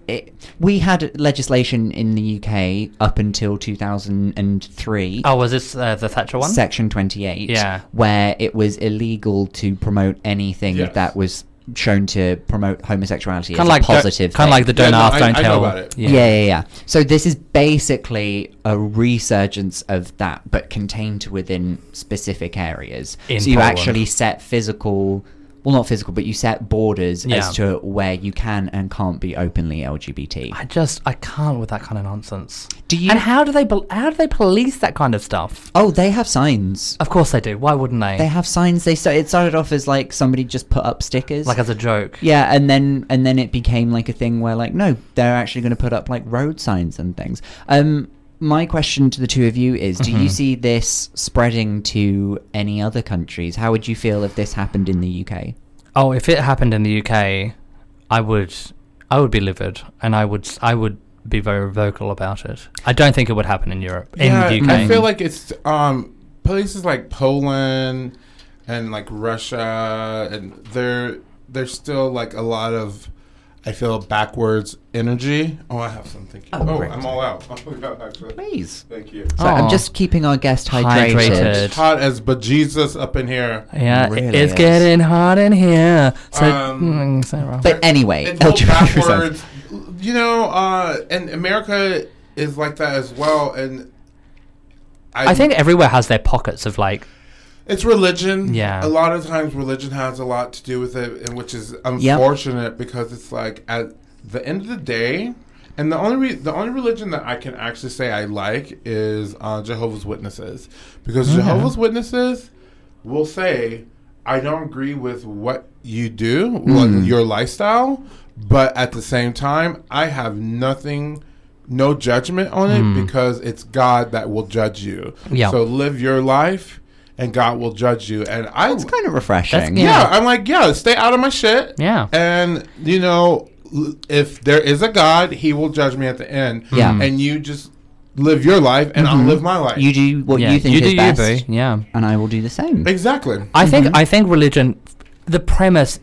S2: it, we had legislation in the UK up until 2003.
S1: Oh, was this uh, the Thatcher one?
S2: Section 28,
S1: Yeah.
S2: where it was illegal to promote anything
S3: Yes.
S2: that was shown to promote homosexuality
S1: Kinda
S2: as
S1: like
S2: a positive
S1: Kind of like the don't
S3: Yeah, no,
S1: ask,
S3: I-
S1: don't
S3: I know
S1: tell.
S3: about it.
S2: yeah. yeah, yeah, So this is basically a resurgence of that, but contained within specific areas.
S1: In
S2: so you
S1: Poland.
S2: actually set physical, well, not physical, but you set borders
S1: Yeah.
S2: as to where you can and can't be openly LGBT.
S1: I just I can't with that kind of nonsense.
S2: Do you-
S1: And how do they bel- how do they police that kind of stuff?
S2: oh, they have signs.
S1: Of course they do. Why wouldn't they?
S2: They have signs. They start, it started off as like somebody just put up stickers.
S1: like as a joke.
S2: Yeah, and then and then it became like a thing where like no, they're actually going to put up like road signs and things. Um, my question to the two of you is: Do you
S1: Mhm.
S2: see this spreading to any other countries? How would you feel if this happened in the UK?
S1: Oh, if it happened in the UK, I would I would be livid and I would I would be very vocal about it. I don't think it would happen in Europe. in the UK.
S3: I feel like it's um, places like Poland and like Russia, and there there's still like a lot of I feel backwards energy. Oh, I have something.
S2: Oh,
S3: Oh,
S2: great.
S3: I'm all out. Oh, yeah, actually.
S2: Please.
S3: Thank you.
S2: So I'm
S1: Aw.
S2: just keeping our guest hydrated.
S1: Hydrated.
S3: It's hot as bejesus up in here.
S1: yeah,
S2: Really
S1: it's
S2: is.
S1: getting hot in here. So,
S3: Um,
S1: mm, so wrong.
S2: But anyway,
S3: It's all
S2: LGBT signs.
S3: backwards. You know, uh, and America is like that as well. And
S1: I think everywhere has their pockets of like
S3: It's religion.
S1: Yeah.
S3: A lot of times religion has a lot to do with it, and which is unfortunate because it's like at the end of the day, and the only re- the only religion that I can actually say I like is uh, Jehovah's Witnesses because
S1: Mm-hmm.
S3: Jehovah's Witnesses will say I don't agree with what you do,
S1: Mm.
S3: like your lifestyle, but at the same time I have nothing. No judgment on it because it's God that will judge you.
S1: Mm. Yeah.
S3: So live your life and God will judge you. And I,
S2: It's kind of refreshing.
S1: yeah.
S3: yeah, I'm like, yeah, stay out of my shit.
S1: Yeah.
S3: And, you know, l- if there is a God, he will judge me at the end. Mm-hmm.
S2: Yeah. Mm-hmm.
S3: And you just live your life and I'll live my life.
S2: You do what
S1: yeah,
S2: you think
S1: you
S2: is
S1: do
S2: best,
S1: you boo. Yeah.
S2: and I will do the same.
S3: exactly.
S1: I think
S2: Mm-hmm.
S1: I think religion, the premise,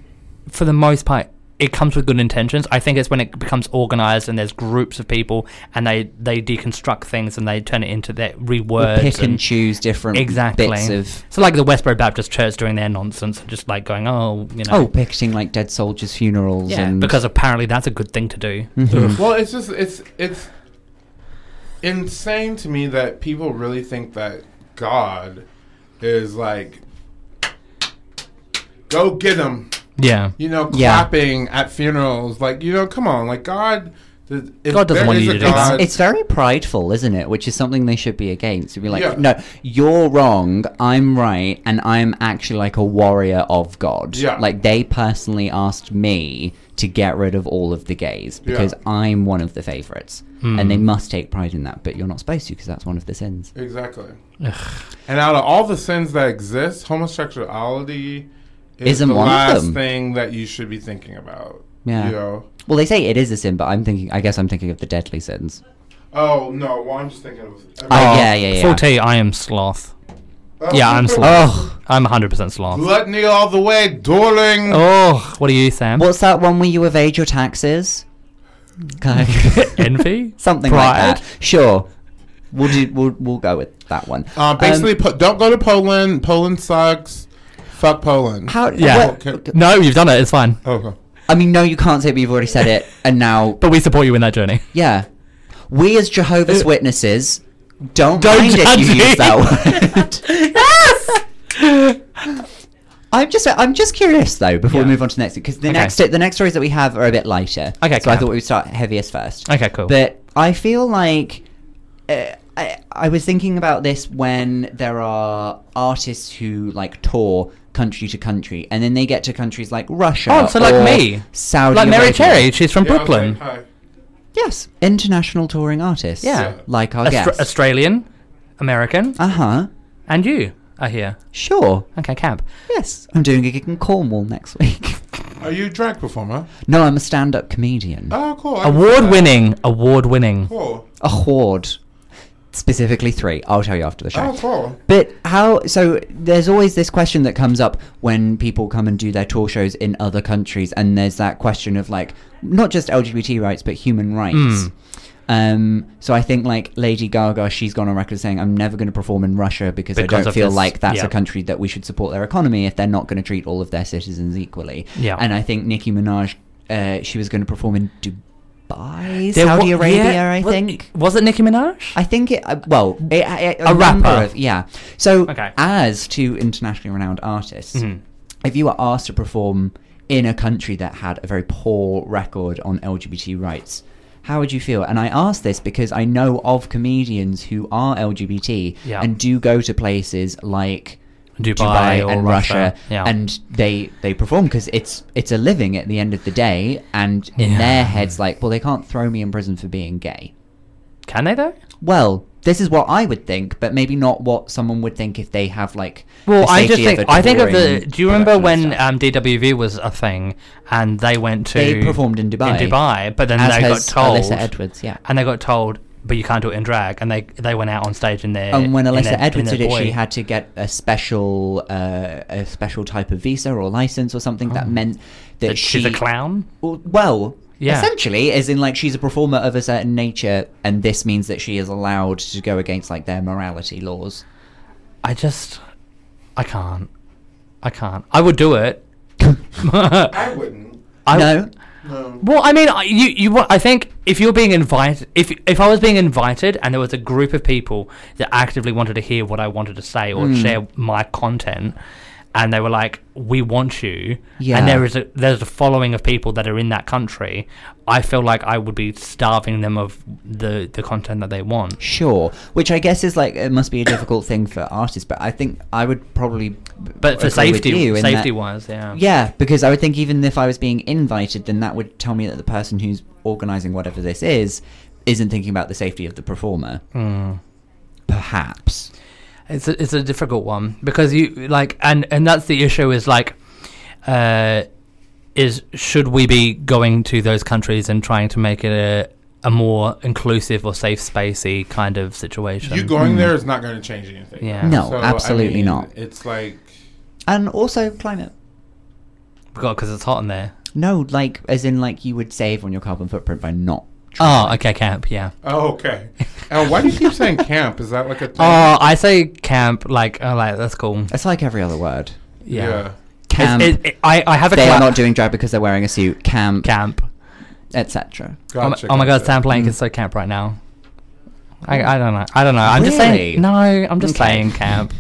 S1: for the most part, it comes with good intentions. I think it's when it becomes organized and there's groups of people and they they deconstruct things and they turn it into their
S2: We'll
S1: rewords.
S2: pick and choose different
S1: Exactly.
S2: bits of
S1: so like the Westboro Baptist Church doing their nonsense, just like going, oh, you know,
S2: oh, picketing like dead soldiers' funerals
S1: yeah,
S2: and Mm-hmm.
S1: because apparently that's a good thing to do.
S3: well, it's just, it's, it's insane to me that people really think that God is like, go get him.
S1: Yeah,
S2: Uh,
S3: you know,
S2: Yeah.
S3: clapping at funerals. Like, you know, come on, like God. th- if
S1: God doesn't
S3: there
S1: want
S3: is
S1: you
S3: a
S1: to do that.
S2: It's very prideful, isn't it? Which is something they should be against. To be like,
S3: Yeah.
S2: no, you're wrong, I'm right, and I'm actually like a warrior of God.
S3: Yeah.
S2: Like they personally asked me to get rid of all of the gays because
S3: Yeah.
S2: I'm one of the favorites, and they must take pride in that. But you're not supposed to because that's one of the sins.
S3: exactly. And out of all the sins that exist, homosexuality is
S2: Isn't
S3: the
S2: one of
S3: last
S2: them.
S3: thing that you should be thinking about.
S2: Yeah.
S3: You know.
S2: Well, they say it is a sin, but I'm thinking. I guess I'm thinking of the deadly sins.
S3: Oh no! Well, I'm just thinking of.
S2: Oh, yeah, yeah, yeah.
S1: Full tea, I am sloth.
S3: Oh.
S1: Yeah, I'm sloth.
S2: Oh.
S1: I'm 100 percent sloth.
S3: Gluttony all the way, dueling.
S1: Oh, what are you, Sam?
S2: What's that one where you evade your taxes? Kind of-
S1: Envy?
S2: Something
S1: Pride?
S2: like that. Sure. We'll do. We'll, we'll go with that one. Um,
S3: Uh, basically, po- don't go to Poland. Poland sucks. Fuck Poland.
S2: How?
S1: Yeah.
S2: what-
S3: Okay.
S1: No, you've done it. It's fine.
S3: Oh,
S2: I mean, no, you can't say it, but you've already said it, and now,
S1: But we support you in that journey.
S2: yeah, we as Jehovah's
S1: Uh,
S2: Witnesses don't,
S1: Don't
S2: mind if
S1: judge
S2: you use
S1: me.
S2: that word. I'm just, I'm just curious though. Before we
S1: Yeah.
S2: move on to the next, because the
S1: Okay.
S2: next, the next stories that we have are a bit lighter.
S1: Okay,
S2: so I
S1: cool.
S2: thought we would start heaviest first.
S1: Okay, cool.
S2: But I feel like uh, I, I was thinking about this when there are artists who like tour country to country, and then they get to countries like Russia.
S1: Oh, so like
S2: or
S1: me.
S2: Saudi
S1: like Mary
S2: Arabia.
S1: Cherry, she's from
S3: Yeah,
S1: Brooklyn.
S3: okay, hi.
S2: Yes, international touring artists.
S1: Yeah.
S2: like our
S1: Austra-
S2: guest.
S1: Australian, American,
S2: Oh, uh huh.
S1: and you are here.
S2: Sure.
S1: Okay, cab.
S2: Yes, I'm doing a gig in Cornwall next week.
S3: Are Oh, you a drag performer?
S2: no, I'm a stand-up comedian.
S3: Oh, cool. I can see that. Oh,
S1: Award winning, award winning.
S3: Cool.
S2: A horde. specifically three. I'll tell you after the show.
S3: Oh, cool.
S2: But how? So there's always this question that comes up when people come and do their tour shows in other countries, and there's that question of like not just LGBT rights but human rights.
S1: Mm.
S2: Um, so I think like Lady Gaga, she's gone on record saying, "I'm never going to perform in Russia because, I
S1: Because
S2: don't
S1: of
S2: feel
S1: this,
S2: like that's
S1: yeah.
S2: a country that we should support their economy if they're not going to treat all of their citizens equally."
S1: Yeah.
S2: And I think Nicki Minaj, uh, she was going to perform in Dubai,
S1: There
S2: Saudi
S1: wa-
S2: Arabia,
S1: yeah,
S2: I
S1: wa-
S2: think.
S1: Was it Nicki Minaj?
S2: I think it. uh, Well, it,
S1: Mm.
S2: it,
S1: A
S2: number
S1: rapper.
S2: of- yeah. So,
S1: Okay.
S2: as two internationally renowned artists,
S1: Mhm.
S2: if you were asked to perform in a country that had a very poor record on LGBT rights, how would you feel? And I ask this because I know of comedians who are LGBT
S1: Yeah.
S2: and do go to places like
S1: Dubai,
S2: Dubai,
S1: or
S2: and Russia,
S1: Yeah.
S2: and they they perform because it's it's a living at the end of the day, and in
S1: Yeah.
S2: their heads, like, well, they can't throw me in prison for being gay.
S1: can they though?
S2: Well, this is what I would think, but maybe not what someone would think if they have like.
S1: Well,
S2: the
S1: I just
S2: safety of
S1: think
S2: a
S1: I think of the.
S2: touring
S1: Do you remember
S2: production
S1: when
S2: and stuff.
S1: um, DWV was a thing and they went to
S2: They performed in Dubai.
S1: in Dubai, but then
S2: As
S1: they got
S2: has
S1: told
S2: Alyssa Edwards, yeah.
S1: and they got told, but you can't do it in drag, and they they went out on stage in their.
S2: and when
S1: um, in
S2: Alyssa
S1: their- in
S2: Edwards
S1: their
S2: did it,
S1: boy.
S2: she had to get a special, uh, a special type of visa or license or something that meant that,
S1: Oh. That
S2: she,
S1: she's a clown.
S2: Well,
S1: Yeah.
S2: essentially, as in like she's a performer of a certain nature, and this means that she is allowed to go against like their morality laws.
S1: I just, I can't, I can't. I would do it. I,
S3: I wouldn't. Um,
S2: no,
S3: No.
S1: Well, I mean, I- you you wa- I think if you're being invited, if if I was being invited and there was a group of people that actively wanted to hear what I wanted to say
S2: Hmm.
S1: or share my content, and they were like, "We want you,"
S2: Yeah.
S1: and there is a there's a following of people that are in that country, I feel like I would be starving them of the the content that they want.
S2: Sure, which I guess is like it must be a difficult thing for artists, but I think I would probably.
S1: But for
S2: agree with you
S1: safety
S2: in
S1: safety
S2: that-
S1: wise, yeah,
S2: Yeah, because I would think even if I was being invited, then that would tell me that the person who's organising whatever this is isn't thinking about the safety of the performer.
S1: Mm.
S2: Perhaps.
S1: It's a, it's a difficult one because you like and and that's the issue is like uh is should we be going to those countries and trying to make it a a more inclusive or safe spacey kind of situation?
S3: You going there is not going to change anything.
S1: Yeah.
S2: No,
S3: I
S2: absolutely
S3: mean,
S2: not.
S3: It's like
S2: And also climate.
S1: because it's hot in there.
S2: No, like as in like you would save on your carbon footprint by not.
S1: Oh, okay, camp, yeah.
S3: oh, okay. And why do you keep saying camp? Is that like a thing?
S1: Oh, I say camp like oh, like that's cool.
S2: It's like every other word.
S1: Yeah.
S2: Camp.
S1: It's- it- it- I I have a
S2: they are
S1: cla-
S2: not doing drag because they're wearing a suit. Camp,
S1: camp.
S2: etc.
S1: Oh my-
S3: Gotcha,
S1: oh my god,
S3: gotcha.
S1: Sam Blank
S2: Hmm.
S1: is so camp right now. I, I don't know. I don't know. I'm just
S2: Really?
S1: saying. No, I'm just
S2: Okay. Uh.
S1: saying camp.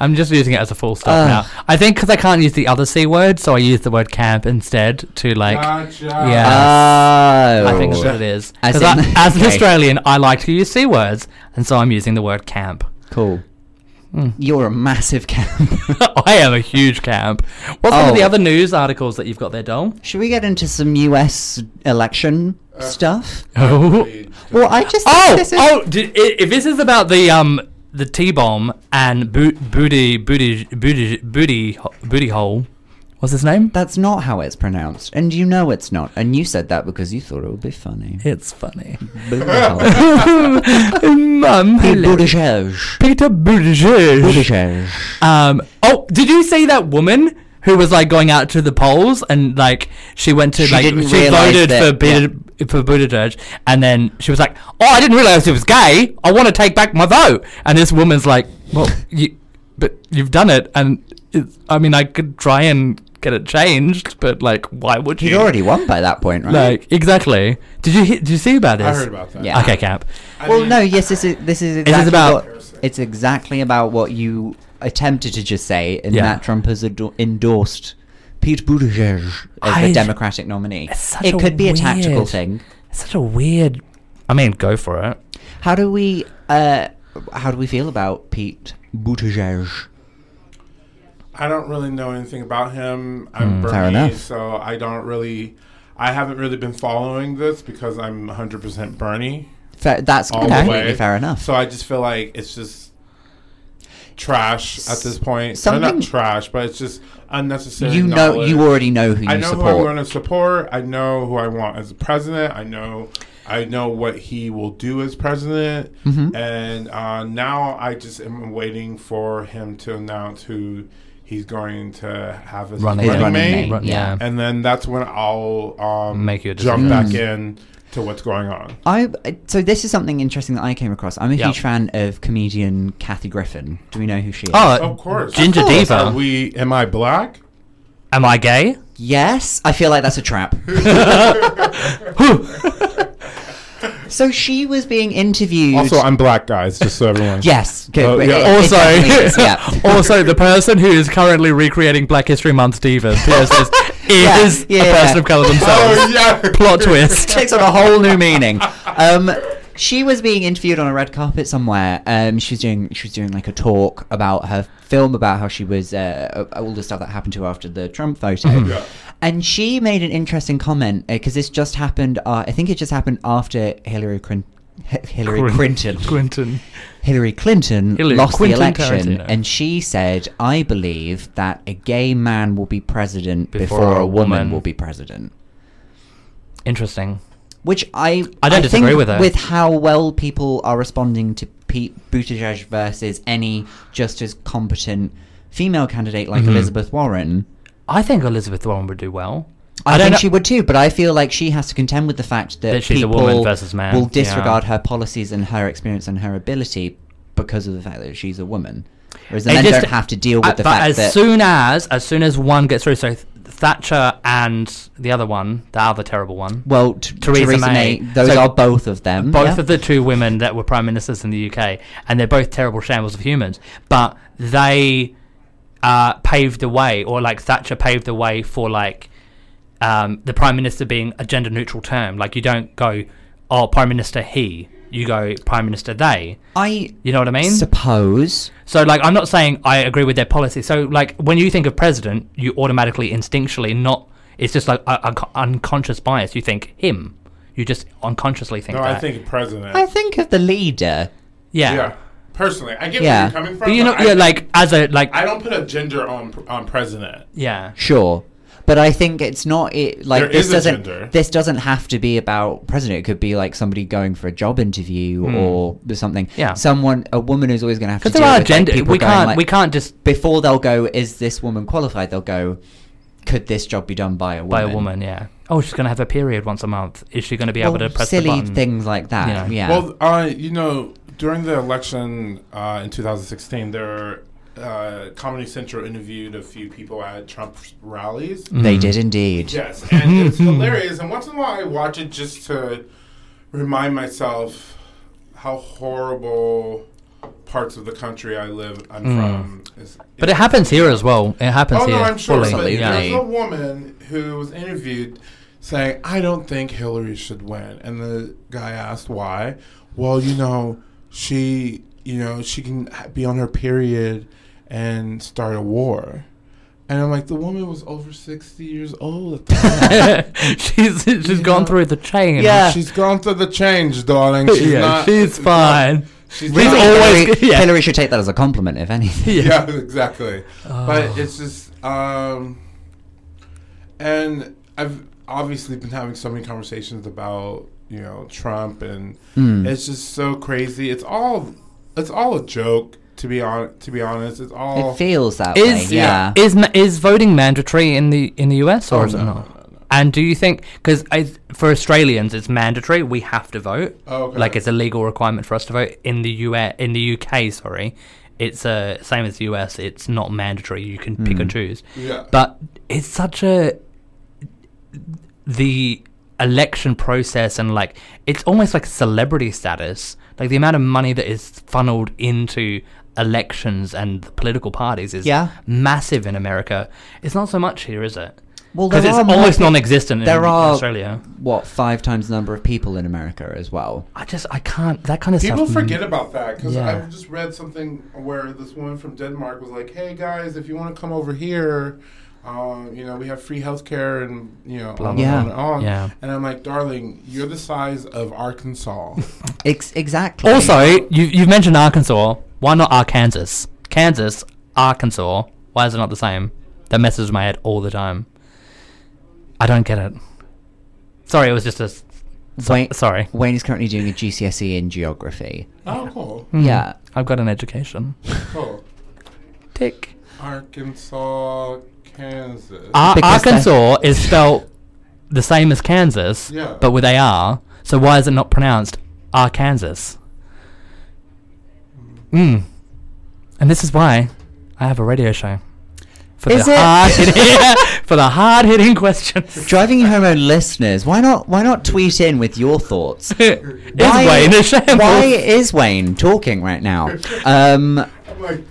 S1: I'm just using it as a full stop
S2: Ugh.
S1: now. I think because I can't use the other c word, so I use the word camp instead to like.
S3: Gotcha.
S1: Yeah.
S2: Oh,
S1: I think that's what it is.
S2: As
S1: 'Cause I-
S2: in-
S1: as an
S2: okay.
S1: Australian, I like to use c words, and so I'm using the word camp.
S2: Cool.
S1: Mm.
S2: You're a massive camp.
S1: I am a huge camp. What's some
S2: Oh.
S1: of the other news articles that you've got there, Dom?
S2: Should we get into some U.S. election stuff?
S1: Oh,
S2: Well, I just think
S1: oh,
S2: this is
S1: did, i- if this is about the um the T bomb and boot, booty booty booty booty ho- booty hole, what's his name?
S2: that's not how it's pronounced, and you know it's not. And you said that because you thought it would be funny.
S1: it's funny.
S2: Buttigieg.
S1: Mum, hello.
S2: Buttigieg.
S1: Peter Buttigieg.
S2: Buttigieg.
S1: Um. Oh, did you see that woman? Who was like going out to the polls and like she went to
S2: She
S1: like
S2: didn't
S1: she
S2: realise
S1: voted
S2: that-
S1: for Buttig- for Buttigieg and then she was like, oh, I didn't realize he was gay. I want to take back my vote. And this woman's like, well, you, but you've done it, and it's, I mean, I could try and get it changed, but like, why would you?
S2: He'd already won by that point, right?
S1: like exactly. Did you he- did you see about this?
S3: I heard about that.
S2: Yeah.
S1: Okay, Cap.
S3: I
S2: well,
S3: mean,
S2: no. Yes, this is this is exactly
S1: about-
S2: what- it's exactly about what you attempted to just say in
S1: Yeah.
S2: that Trump has ado- endorsed Pete Buttigieg as
S1: I-
S2: the Democratic nominee.
S1: It's such
S2: It
S1: a
S2: could be a tactical
S1: weird-
S2: thing.
S1: It's such a weird. I mean, go for it.
S2: How do we uh, how do we feel about Pete Buttigieg?
S3: I don't really know anything about him.
S1: Hmm,
S3: I'm
S2: fair
S3: Bernie,
S2: enough.
S3: so I don't really. I haven't really been following this because I'm 100% Bernie
S2: Fair, that's
S3: all the
S2: completely
S3: way.
S2: fair enough.
S3: So I just feel like it's just trash at this point. Something
S2: Something-
S3: not trash, but it's just unnecessary.
S2: you know,
S3: knowledge.
S2: you already know who
S3: I
S2: you
S3: know who I'm
S2: support.
S3: going to support. I know who I want as president. I know. I I know what he will do as president,
S2: Mm-hmm.
S3: and uh, now I just am waiting for him to announce who he's going to have as
S1: Running
S3: running, running
S2: running
S3: mate,
S2: mate.
S1: Run- yeah.
S3: and then that's when I'll um,
S1: Make your
S3: jump
S1: decisions.
S3: back
S2: Mm-hmm.
S3: in to what's going on.
S2: I so this is something interesting that I came across. I'm a
S1: Yeah.
S2: huge fan of comedian Kathy Griffin. Do we know who she is?
S1: Oh,
S3: Of course,
S1: Ginger
S3: Of course.
S1: Diva.
S3: Are we? Am I black?
S1: Am I gay?
S2: Yes, I feel like that's a trap. so she was being interviewed.
S3: Also, I'm black, guys. Just so everyone.
S2: yes. Good.
S3: Oh,
S2: it-
S3: yeah.
S2: it- it
S1: Also,
S2: definitely is, yeah.
S1: also the person who is currently recreating Black History Month divas PSS,
S2: Yeah,
S1: is
S2: yeah,
S1: a
S2: yeah.
S1: person of color themselves.
S3: Oh yeah.
S1: Plot twist.
S2: takes on a whole new meaning. Um, she was being interviewed on a red carpet somewhere. Um, she was doing she was doing like a talk about her film about how she was uh, uh, all the stuff that happened to her after the Trump photo.
S3: Yeah.
S2: And she made an interesting comment because this just happened. Uh, I think it just happened after Hillary Clinton. Hillary Clinton.
S1: Quinton.
S2: Hillary Clinton
S1: Hillary
S2: lost
S1: Quentin
S2: the election,
S1: Tarantino.
S2: and she said, "I believe that a gay man will be president before,
S1: Before
S2: a
S1: a
S2: woman,
S1: woman."
S2: will be president."
S1: Interesting.
S2: Which I
S1: I don't disagree
S2: think
S1: with her.
S2: With how well people are responding to Pete Buttigieg versus any just as competent female candidate like
S1: Mhm.
S2: Elizabeth Warren,
S1: I think Elizabeth Warren would do well.
S2: I,
S1: I don't
S2: think
S1: know-
S2: she would too. But I feel like she has to contend with the fact that,
S1: That she's a
S2: people
S1: woman versus man,
S2: will disregard
S1: yeah.
S2: her policies and her experience and her ability because of the fact that she's a woman. Whereas the
S1: It
S2: men
S1: just-
S2: don't have to deal
S1: Uh,
S2: with the
S1: but
S2: fact
S1: as
S2: that
S1: soon as as soon as one gets through, so Th- Thatcher and the other one, the other terrible one,
S2: Well, t- Theresa,
S1: Theresa
S2: May.
S1: May.
S2: Those
S1: So-
S2: are both of them.
S1: both
S2: yeah.
S1: of the two women that were prime ministers in the UK, and they're both terrible shambles of humans. But they uh, paved the way, or like Thatcher paved the way for like um, the prime minister being a gender neutral term. Like you don't go, oh, prime minister he. You go prime minister they.
S2: I
S1: You know what I mean?
S2: suppose.
S1: So, like, I'm not saying I agree with their policy. So, like, when you think of president, you automatically, instinctually, not it's just like a, a co- unconscious bias. You think him. You just unconsciously think
S3: No,
S1: that.
S3: I think president.
S2: I think of the leader.
S1: yeah.
S3: yeah. Personally, I get
S2: Yeah.
S3: where you're coming from.
S1: But you know,
S3: but I
S1: yeah,
S3: think-
S1: like as a like,
S3: I don't put a gender on on president.
S1: yeah,
S2: Sure. But I think it's not it like
S3: There
S2: this
S3: is a
S2: doesn't
S3: gender.
S2: this doesn't have to be about president. It could be like somebody going for a job interview or something.
S1: Hmm. Yeah.
S2: Someone a woman is always going to have to
S1: because there
S2: deal
S1: are
S2: with, like,
S1: gender.
S2: people
S1: we
S2: going,
S1: can't.
S2: like-
S1: we can't just
S2: before they'll go is this woman qualified? They'll go could this job be done by a woman?
S1: by a woman. Yeah. Oh, she's gonna have a period once a month. Is she gonna be
S2: Well,
S1: able to press
S2: silly
S1: the button?
S2: things like that.
S1: You know.
S2: Yeah.
S3: Well, uh, you know, during the election uh, in 2016, there uh, Comedy Central interviewed a few people at Trump's rallies.
S1: Mm-hmm. Hmm.
S2: they did indeed.
S3: Yes, and it's hilarious. And once in a while, I watch it just to remind myself how horrible parts of the country I live I'm from. Is,
S1: Hmm. But it happens here as well. It happens
S3: Oh
S1: here
S3: no, I'm sure.
S1: fully.
S3: But
S1: yeah.
S3: there's a woman who was interviewed saying, "I don't think Hillary should win," and the guy asked why. Well, you know, she, you know, she can ha- be on her period and start a war. And I'm like, the woman was over 60 years old at the time.
S1: she's she's
S3: You
S1: gone
S3: know.
S1: through the chain.
S2: Yeah.
S3: She's gone through the change, darling. She's
S1: yeah,
S3: not.
S1: she's fine.
S3: She's
S1: Really?
S3: not-
S1: Oh, always-
S2: Hillary,
S1: yeah.
S2: Hillary should take that as a compliment, if anything.
S1: Yeah. Oh.
S3: yeah, exactly. But it's just, um, and I've obviously been having so many conversations about you know Trump, and
S1: Hmm.
S3: it's just so crazy. It's all, it's all a joke. To be on, to be honest, it's all.
S2: It feels that
S1: Is
S2: way. Yeah.
S1: is ma- is voting mandatory in the in the US or
S3: Oh,
S1: is it
S3: no,
S1: not?
S3: no, no, no.
S1: And do you think because for Australians it's mandatory, we have to vote.
S3: Oh, okay.
S1: Like it's a legal requirement for us to vote in the US in the UK. Sorry, it's uh, same as the US. It's not mandatory. You can pick and choose.
S3: Mm. Yeah.
S1: But it's such a the election process and like it's almost like celebrity status like the amount of money that is funneled into elections and the political parties is
S2: Yeah.
S1: massive in america it's not so much here is it
S2: Well,
S1: because
S2: there
S1: it's
S2: are more
S1: almost
S2: peo-
S1: non-existent
S2: there
S1: in
S2: are-
S1: australia
S2: What five times the number of people in America as well?
S1: i just i can't that kind of
S3: People
S1: stuff
S3: forget about that because
S1: Yeah.
S3: I've just read something where this woman from Denmark was like, "Hey guys, if you want to come over here, um, you know we have free healthcare and you know on
S1: blah,
S3: and on
S2: blah.
S3: and on."
S1: Yeah.
S3: And I'm like, "Darling, you're the size of Arkansas."
S2: Ex- exactly.
S1: also you, you've mentioned arkansas why not arkansas kansas arkansas why is it not the same that messes with my head all the time i don't get it sorry it was just a s- So-
S2: Wayne-
S1: sorry.
S2: Wayne is currently doing a GCSE E in geography.
S3: Oh, cool.
S1: Hmm.
S2: Yeah.
S1: Mm-hmm. I've got an education.
S3: Cool.
S1: Tick.
S3: Arkansas, Kansas.
S1: Ar-
S2: Because they-
S1: Arkansas is spelled the same as Kansas,
S3: Yeah.
S1: but with AR. So why is it not pronounced Arkansas? Mm. And this is why I have a radio show. For
S2: Is
S1: the
S2: it?
S1: hard hitting, for the hard hitting questions.
S2: Driving you home, own listeners, why not why not tweet in with your thoughts?
S1: is Wayne a shambles?
S2: Why is Wayne talking right now? Um,
S3: I'm like,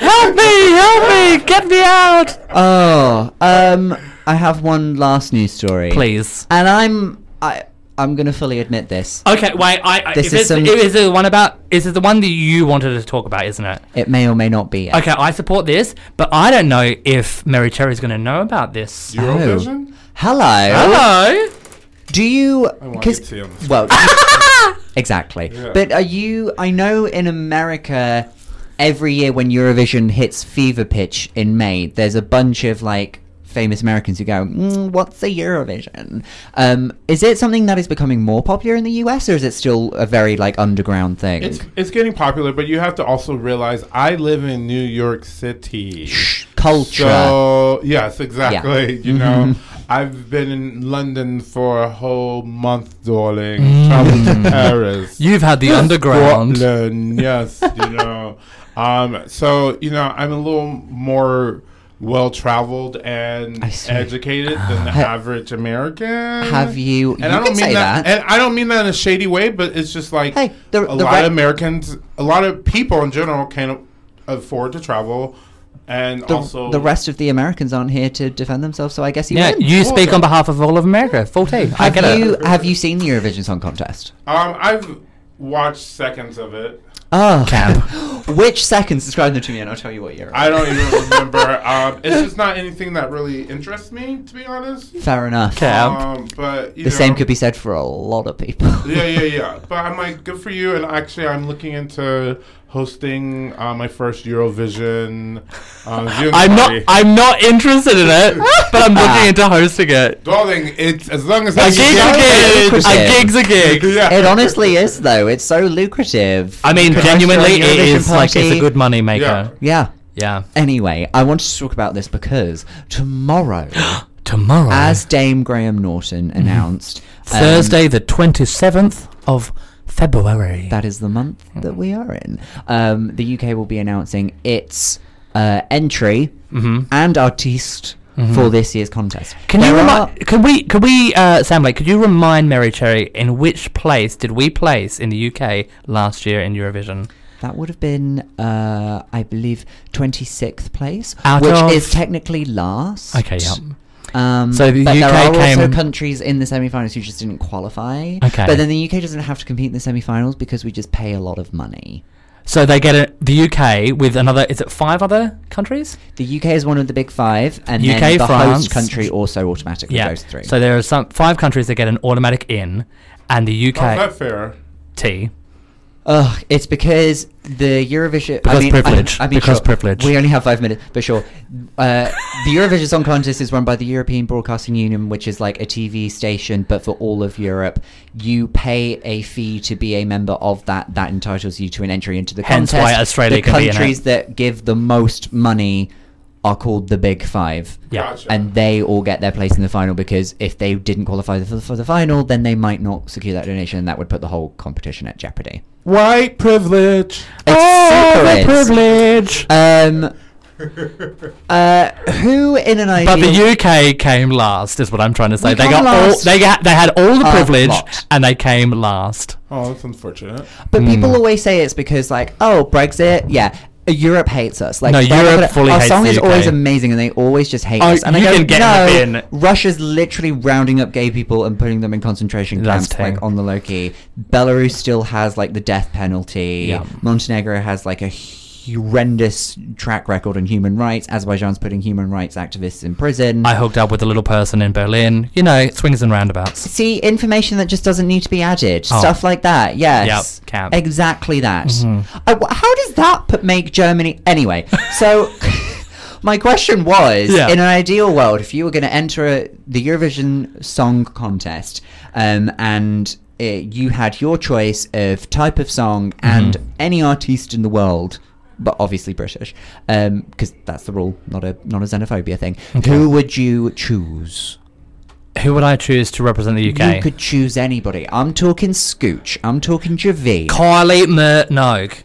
S1: help me! Help me! Get me out!
S2: oh, um, I have one last news story.
S1: Please.
S2: And I'm I I'm gonna fully admit this.
S1: Okay, wait. I, I
S2: This
S1: is
S2: is
S1: this,
S2: some-
S1: is it the one about? Is it the one that you wanted to talk about? Isn't it?
S2: It may or may not be.
S1: Okay, I support this, but I don't know if Mary Cherry's going to know about this.
S2: Oh.
S3: Eurovision?
S2: Hello.
S1: Hello.
S2: Do you?
S3: I want
S2: 'cause-
S3: to see on the
S2: Well, exactly.
S3: Yeah.
S2: But are you? I know in America, every year when Eurovision hits fever pitch in May, there's a bunch of like famous Americans who go, mm, "What's a Eurovision?" Um, is it something that is becoming more popular in the U.S. or is it still a very like underground thing?
S3: It's, it's getting popular, but you have to also realize I live in New York City.
S2: Culture.
S3: So yes, exactly. You know,
S2: Mm-hmm.
S3: I've been in London for a whole month, darling.
S2: Mm.
S3: Traveled to Paris,
S1: You've had the underground.
S3: Scotland. Yes, you know. Um, so you know, I'm a little more well traveled and
S2: I see.
S3: educated than the average American.
S2: Have you?
S3: And
S2: you
S3: I don't
S2: can
S3: mean
S2: say
S3: that,
S2: that.
S3: and I don't mean that in a shady way, but it's just like
S2: Hey, the-
S3: a
S2: the
S3: lot
S2: right-
S3: of Americans, a lot of people in general can't afford to travel, and
S2: the,
S3: also
S2: the rest of the Americans aren't here to defend themselves, so I guess you
S1: Yeah,
S2: win.
S1: you speak on behalf of all of America. Full tea. I
S2: have
S1: get
S2: you
S1: it.
S2: have you seen the Eurovision Song Contest?
S3: Um, I've watched seconds of it.
S2: Oh,
S1: Camp.
S2: Which seconds? Describe them to me, and I'll tell you what year.
S3: I don't even remember. Um, it's just not anything that really interests me, to be honest.
S2: Fair enough.
S1: Okay. Camp.
S3: Um, but you
S2: The same
S3: know,
S2: could be said for a lot of people.
S3: Yeah, yeah, yeah. But I'm like, good for you. And actually, I'm looking into hosting uh, my first Eurovision. Uh, viewing
S1: I'm not.
S3: party.
S1: I'm not interested in it, but I'm looking into hosting it.
S3: Darling, it's as long as
S1: A
S3: I
S1: gig's
S3: can
S2: Yeah,
S1: a gig.
S2: lucrative.
S1: A gig's a gig.
S3: Yeah.
S2: It honestly is, though. It's so lucrative.
S1: I mean,
S2: Because
S1: genuinely,
S2: after a
S1: it
S2: Eurovision
S1: is like it's a
S2: party-
S1: good money maker.
S2: Yeah.
S1: Yeah.
S2: Anyway, I wanted to talk about this because tomorrow,
S1: Tomorrow,
S2: as Dame Graham Norton announced, um,
S1: Mm-hmm. Thursday, the twenty seventh of February.
S2: that is the month
S1: Mm-hmm.
S2: that we are in. Um, the UK will be announcing its uh, entry
S1: Mm-hmm.
S2: and artiste for this year's contest.
S1: Can you
S2: There
S1: remi-
S2: are-
S1: Could we? Could we? Uh, Sam Blake, could you remind Mary Cherry in which place did we place in the UK last year in Eurovision?
S2: That would have been, uh, I believe, 26th place,
S1: Out
S2: which
S1: of-
S2: is technically last.
S1: Okay, yeah.
S2: Um,
S1: So
S2: so
S1: the
S2: but there
S1: UK
S2: are also
S1: came-
S2: countries in the semifinals who just didn't qualify.
S1: Okay.
S2: But then the UK doesn't have to compete in the semifinals because we just pay a lot of money.
S1: So they get a, the UK with another. Is it five other countries?
S2: The UK is one of the big five, and
S1: UK,
S2: then the
S1: France-
S2: host country also automatically goes through.
S1: So there are some five countries that get an automatic in, and the
S3: How's
S1: UK
S3: that fair?
S1: T.
S2: Ugh, it's because the Eurovision.
S1: Because
S2: I mean,
S1: privilege.
S2: I, I mean,
S1: Because
S2: sure,
S1: privilege.
S2: We only have five minutes, but sure. Uh, the Eurovision Song Contest is run by the European Broadcasting Union, which is like a TV station, but for all of Europe. You pay a fee to be a member of that. That entitles you to an entry into the
S1: Hence
S2: contest.
S1: why Australia
S2: The
S1: can be in it.
S2: countries that give the most money are called the Big Five
S1: Yeah.
S3: Gotcha.
S2: and they all get their place in the final because if they didn't qualify for the, for the final, then they might not secure that donation, and that would put the whole competition at jeopardy.
S3: White privilege.
S2: It's
S1: oh,
S2: super
S1: the
S2: is.
S1: privilege!
S2: Um, uh, who in an
S1: but
S2: ideal?
S1: the UK came last, is what I'm trying to say.
S2: We
S1: They
S2: come
S1: got all.
S2: last
S1: They got, They had all the
S2: a
S1: privilege,
S2: lot.
S1: and they came last.
S3: Oh, that's unfortunate.
S2: but
S1: Hmm.
S2: people always say it's because like, oh, Brexit, yeah. Europe hates us. Like
S1: No,
S2: they're not
S1: Europe
S2: gonna-
S1: fully
S2: our
S1: hates
S2: song
S1: the
S2: is always
S1: UK.
S2: amazing, and they always just hate
S1: Oh,
S2: us. And
S1: you
S2: I go,
S1: can get in the
S2: no,
S1: bin."
S2: Russia's literally rounding up gay people and putting them in concentration
S1: That's
S2: camps, like
S1: terrible.
S2: on the low key. Belarus still has like the death penalty.
S1: Yeah.
S2: Montenegro has like a horrendous track record on human rights. Azerbaijan's putting human rights activists in prison.
S1: I hooked up with a little person in Berlin. You know, swings and roundabouts.
S2: See, information that just doesn't need to be added.
S1: Oh.
S2: Stuff like that. Yes.
S1: Yep, Mm-hmm. camp.
S2: Exactly that. I- wh- how does that put, make Germany. Anyway, so my question was
S1: Yeah.
S2: in an ideal world, if you were going to enter a, the Eurovision Song Contest um, and uh you had your choice of type of song
S1: Mm-hmm.
S2: and any artiste in the world. But obviously British, because that's the rule, not a not a xenophobia thing.
S1: Okay.
S2: Who would you choose?
S1: Who would I choose to represent the UK?
S2: You could choose anybody. I'm talking Scooch. I'm talking Javi.
S1: Kylie Minogue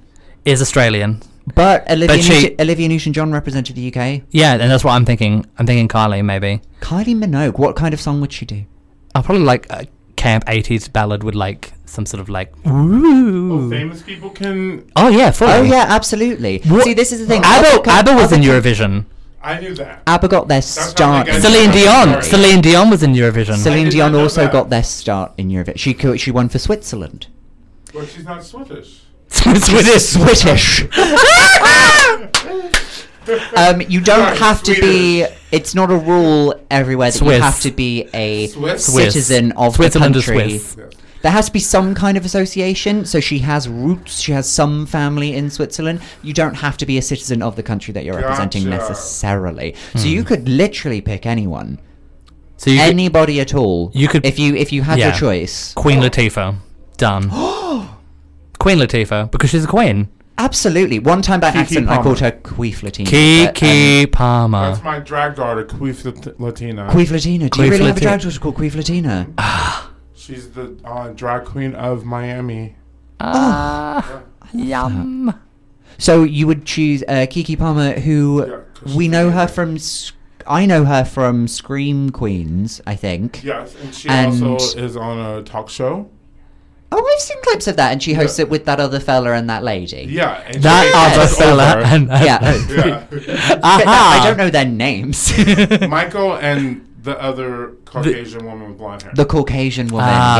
S1: is Australian.
S2: but Olivia
S1: But she-
S2: Newton, Olivia Newton-John represented the UK.
S1: Yeah, and that's what I'm thinking. I'm thinking Kylie maybe.
S2: Kylie Minogue. What kind of song would she do?
S1: I'll probably like a camp 80s ballad with like some sort of like ooh.
S3: Well, famous people can.
S1: Oh yeah, fully.
S2: Mm-hmm. Oh yeah, absolutely.
S1: What-
S2: See, this is the thing.
S1: ABBA, ABBA was in
S2: Eurovision.
S1: Eurovision.
S3: I knew that.
S2: ABBA got their
S3: how they
S2: start.
S3: got-
S1: Celine Dion.
S3: Sorry.
S1: Celine Dion was in Eurovision.
S2: Celine
S3: I did not
S2: Dion
S3: know
S2: also
S3: that.
S2: got their start in Eurovision. She co- she won for Switzerland.
S3: Well, she's not Swedish.
S1: Swedish.
S2: Swedish. um, you don't
S3: Sorry,
S2: have to be.
S3: Swedish.
S2: It's not a rule everywhere that you
S1: Swiss.
S2: have to be a
S3: Swiss.
S2: citizen of
S1: Switzerland
S2: the
S1: is
S2: country.
S1: Swiss.
S3: Yes.
S2: There has to be some kind of association. So she has roots. She has some family in Switzerland. You don't have to be a citizen of the country that you're representing
S3: Gotcha.
S2: necessarily. So you could literally pick anyone,
S1: So Hmm. you could-
S2: anybody at all.
S1: you could-
S2: if you if you had
S1: yeah.
S2: your choice.
S1: Queen Latifah. Done. queen Latifah because she's a queen.
S2: Absolutely. One time by
S3: Kiki
S2: accident, I
S3: Palmer.
S2: called her Queef Latina.
S1: Kiki
S3: That's
S1: Palmer.
S3: my drag daughter, Queef Lat- Latina.
S2: Uh. Queef Latina. um, Do
S1: Queef
S2: you really have a
S1: Latina.
S2: drag daughter called Queef Latina?
S3: She's the uh, drag queen of Miami.
S1: Ah, yum.
S2: So you would choose uh, Kiki Palmer, who
S3: Yeah, 'cause
S2: we
S3: she's
S2: know her
S3: amazing.
S2: from. Sc- I know her from Scream Queens, I think.
S3: Yes, and she
S2: And-
S3: also is on a talk show.
S2: Oh, I've seen clips of that, and she hosts
S3: Yeah.
S2: it with that other fella and that lady.
S3: Yeah, and
S1: That
S3: she-
S1: other
S3: it's
S1: fella.
S3: over.
S1: And,
S2: Yeah.
S3: yeah.
S2: But that- I
S1: Aha.
S2: don't know their names.
S3: Michael and the other Caucasian woman with blonde hair.
S2: the Caucasian woman,
S1: Ah.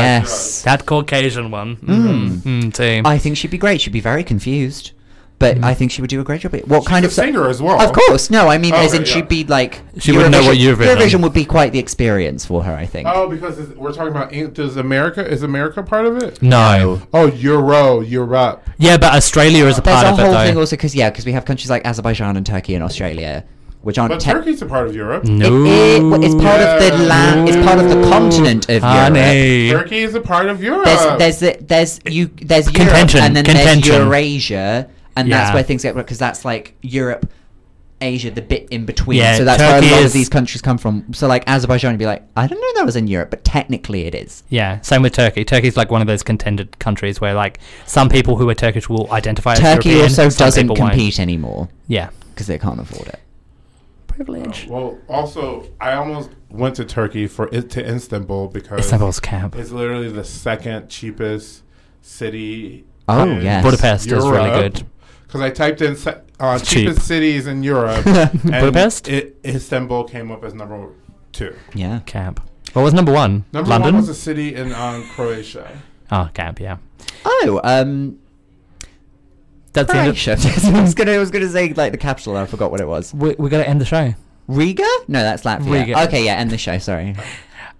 S2: yes.
S1: That Caucasian one. Mm. Mm, too.
S2: Hmm. I think she'd be great. She'd be very confused, but
S1: Hmm.
S2: I think she would do a great job. What
S3: She's
S2: kind
S3: a
S2: of
S3: singer as well.
S2: Of course, no. I mean, as
S3: Okay,
S2: in
S3: yeah.
S2: she'd be like
S1: She wouldn't know what Eurovision-
S2: Eurovision would be quite the experience for her, I think.
S3: Oh, because it's- we're talking about Eng- does America is America part of it?
S1: No.
S3: Oh, Euro, Europe.
S1: Yeah, but Australia is a
S2: There's
S1: part
S2: a
S1: of it
S2: whole
S1: though.
S2: thing also because yeah, because we have countries like Azerbaijan and Turkey and Australia, which aren't.
S3: But
S2: tech-
S3: Turkey's a part of Europe.
S2: It-
S1: no.
S2: it- well, it's part of the
S3: Yeah.
S2: land. It's part of the continent of
S1: Ah,
S2: Europe.
S1: Honey.
S3: Turkey is a part of Europe.
S2: There's there's the- there's you there's Europe
S1: Contention,
S2: and then
S1: contention.
S2: there's Eurasia, and that's
S1: Yeah.
S2: where things get because that's like Europe. Asia, the bit in between,
S1: Yeah,
S2: so that's
S1: Turkey
S2: where a lot
S1: is-
S2: of these countries come from. So, like Azerbaijan, would be like, I don't know that was in Europe, but technically it is.
S1: Yeah, same with Turkey. Turkey's like one of those contended countries where like some people who are Turkish will identify as
S2: Turkey
S1: European.
S2: also
S1: some
S2: doesn't
S1: people won't.
S2: compete anymore
S1: Yeah.
S2: because they can't afford it.
S1: Privilege.
S3: Oh, well, also, I almost went to Turkey for it to Istanbul because
S1: Istanbul's camp.
S3: it's literally the second cheapest city.
S2: Oh,
S3: in
S2: yes.
S1: Budapest is really
S3: Europe.
S1: good.
S3: Because I typed in se- uh,
S1: It's cheap.
S3: cheapest cities in Europe, and
S1: Budapest?
S3: it, Istanbul came up as number two.
S2: Yeah.
S1: Camp. What was number one?
S3: Number
S1: London?
S3: one was a city in um, Croatia.
S1: oh, camp, yeah.
S2: Oh, um,
S1: That's the end of-
S2: Croatia. I was gonna, I was gonna say like the capital. I forgot what it was.
S1: we, we got to end the show.
S2: Riga? No, that's Latvia.
S1: Riga.
S2: Okay, yeah, end the show. Sorry.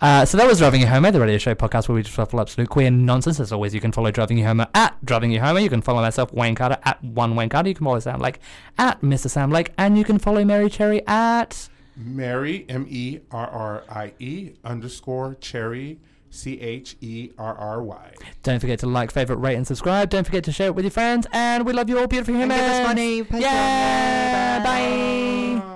S1: Uh, so that was Driving You Homer, the radio show podcast where we just full absolute queer nonsense. As always, you can follow Driving You Homer at Driving You Homer. You can follow myself, Wayne Carter, at One Wayne Carter. You can follow Sam Lake at Mr. Sam Lake. And you can follow Mary Cherry at.
S3: Mary M E R R I E underscore Cherry C H E R R Y.
S1: Don't forget to like, favorite, rate, and subscribe. Don't forget to share it with your friends. And we love you all, beautiful
S2: give
S1: humans.
S2: us money. Patreon.
S1: Yeah. Bye.
S2: Bye.
S1: Bye.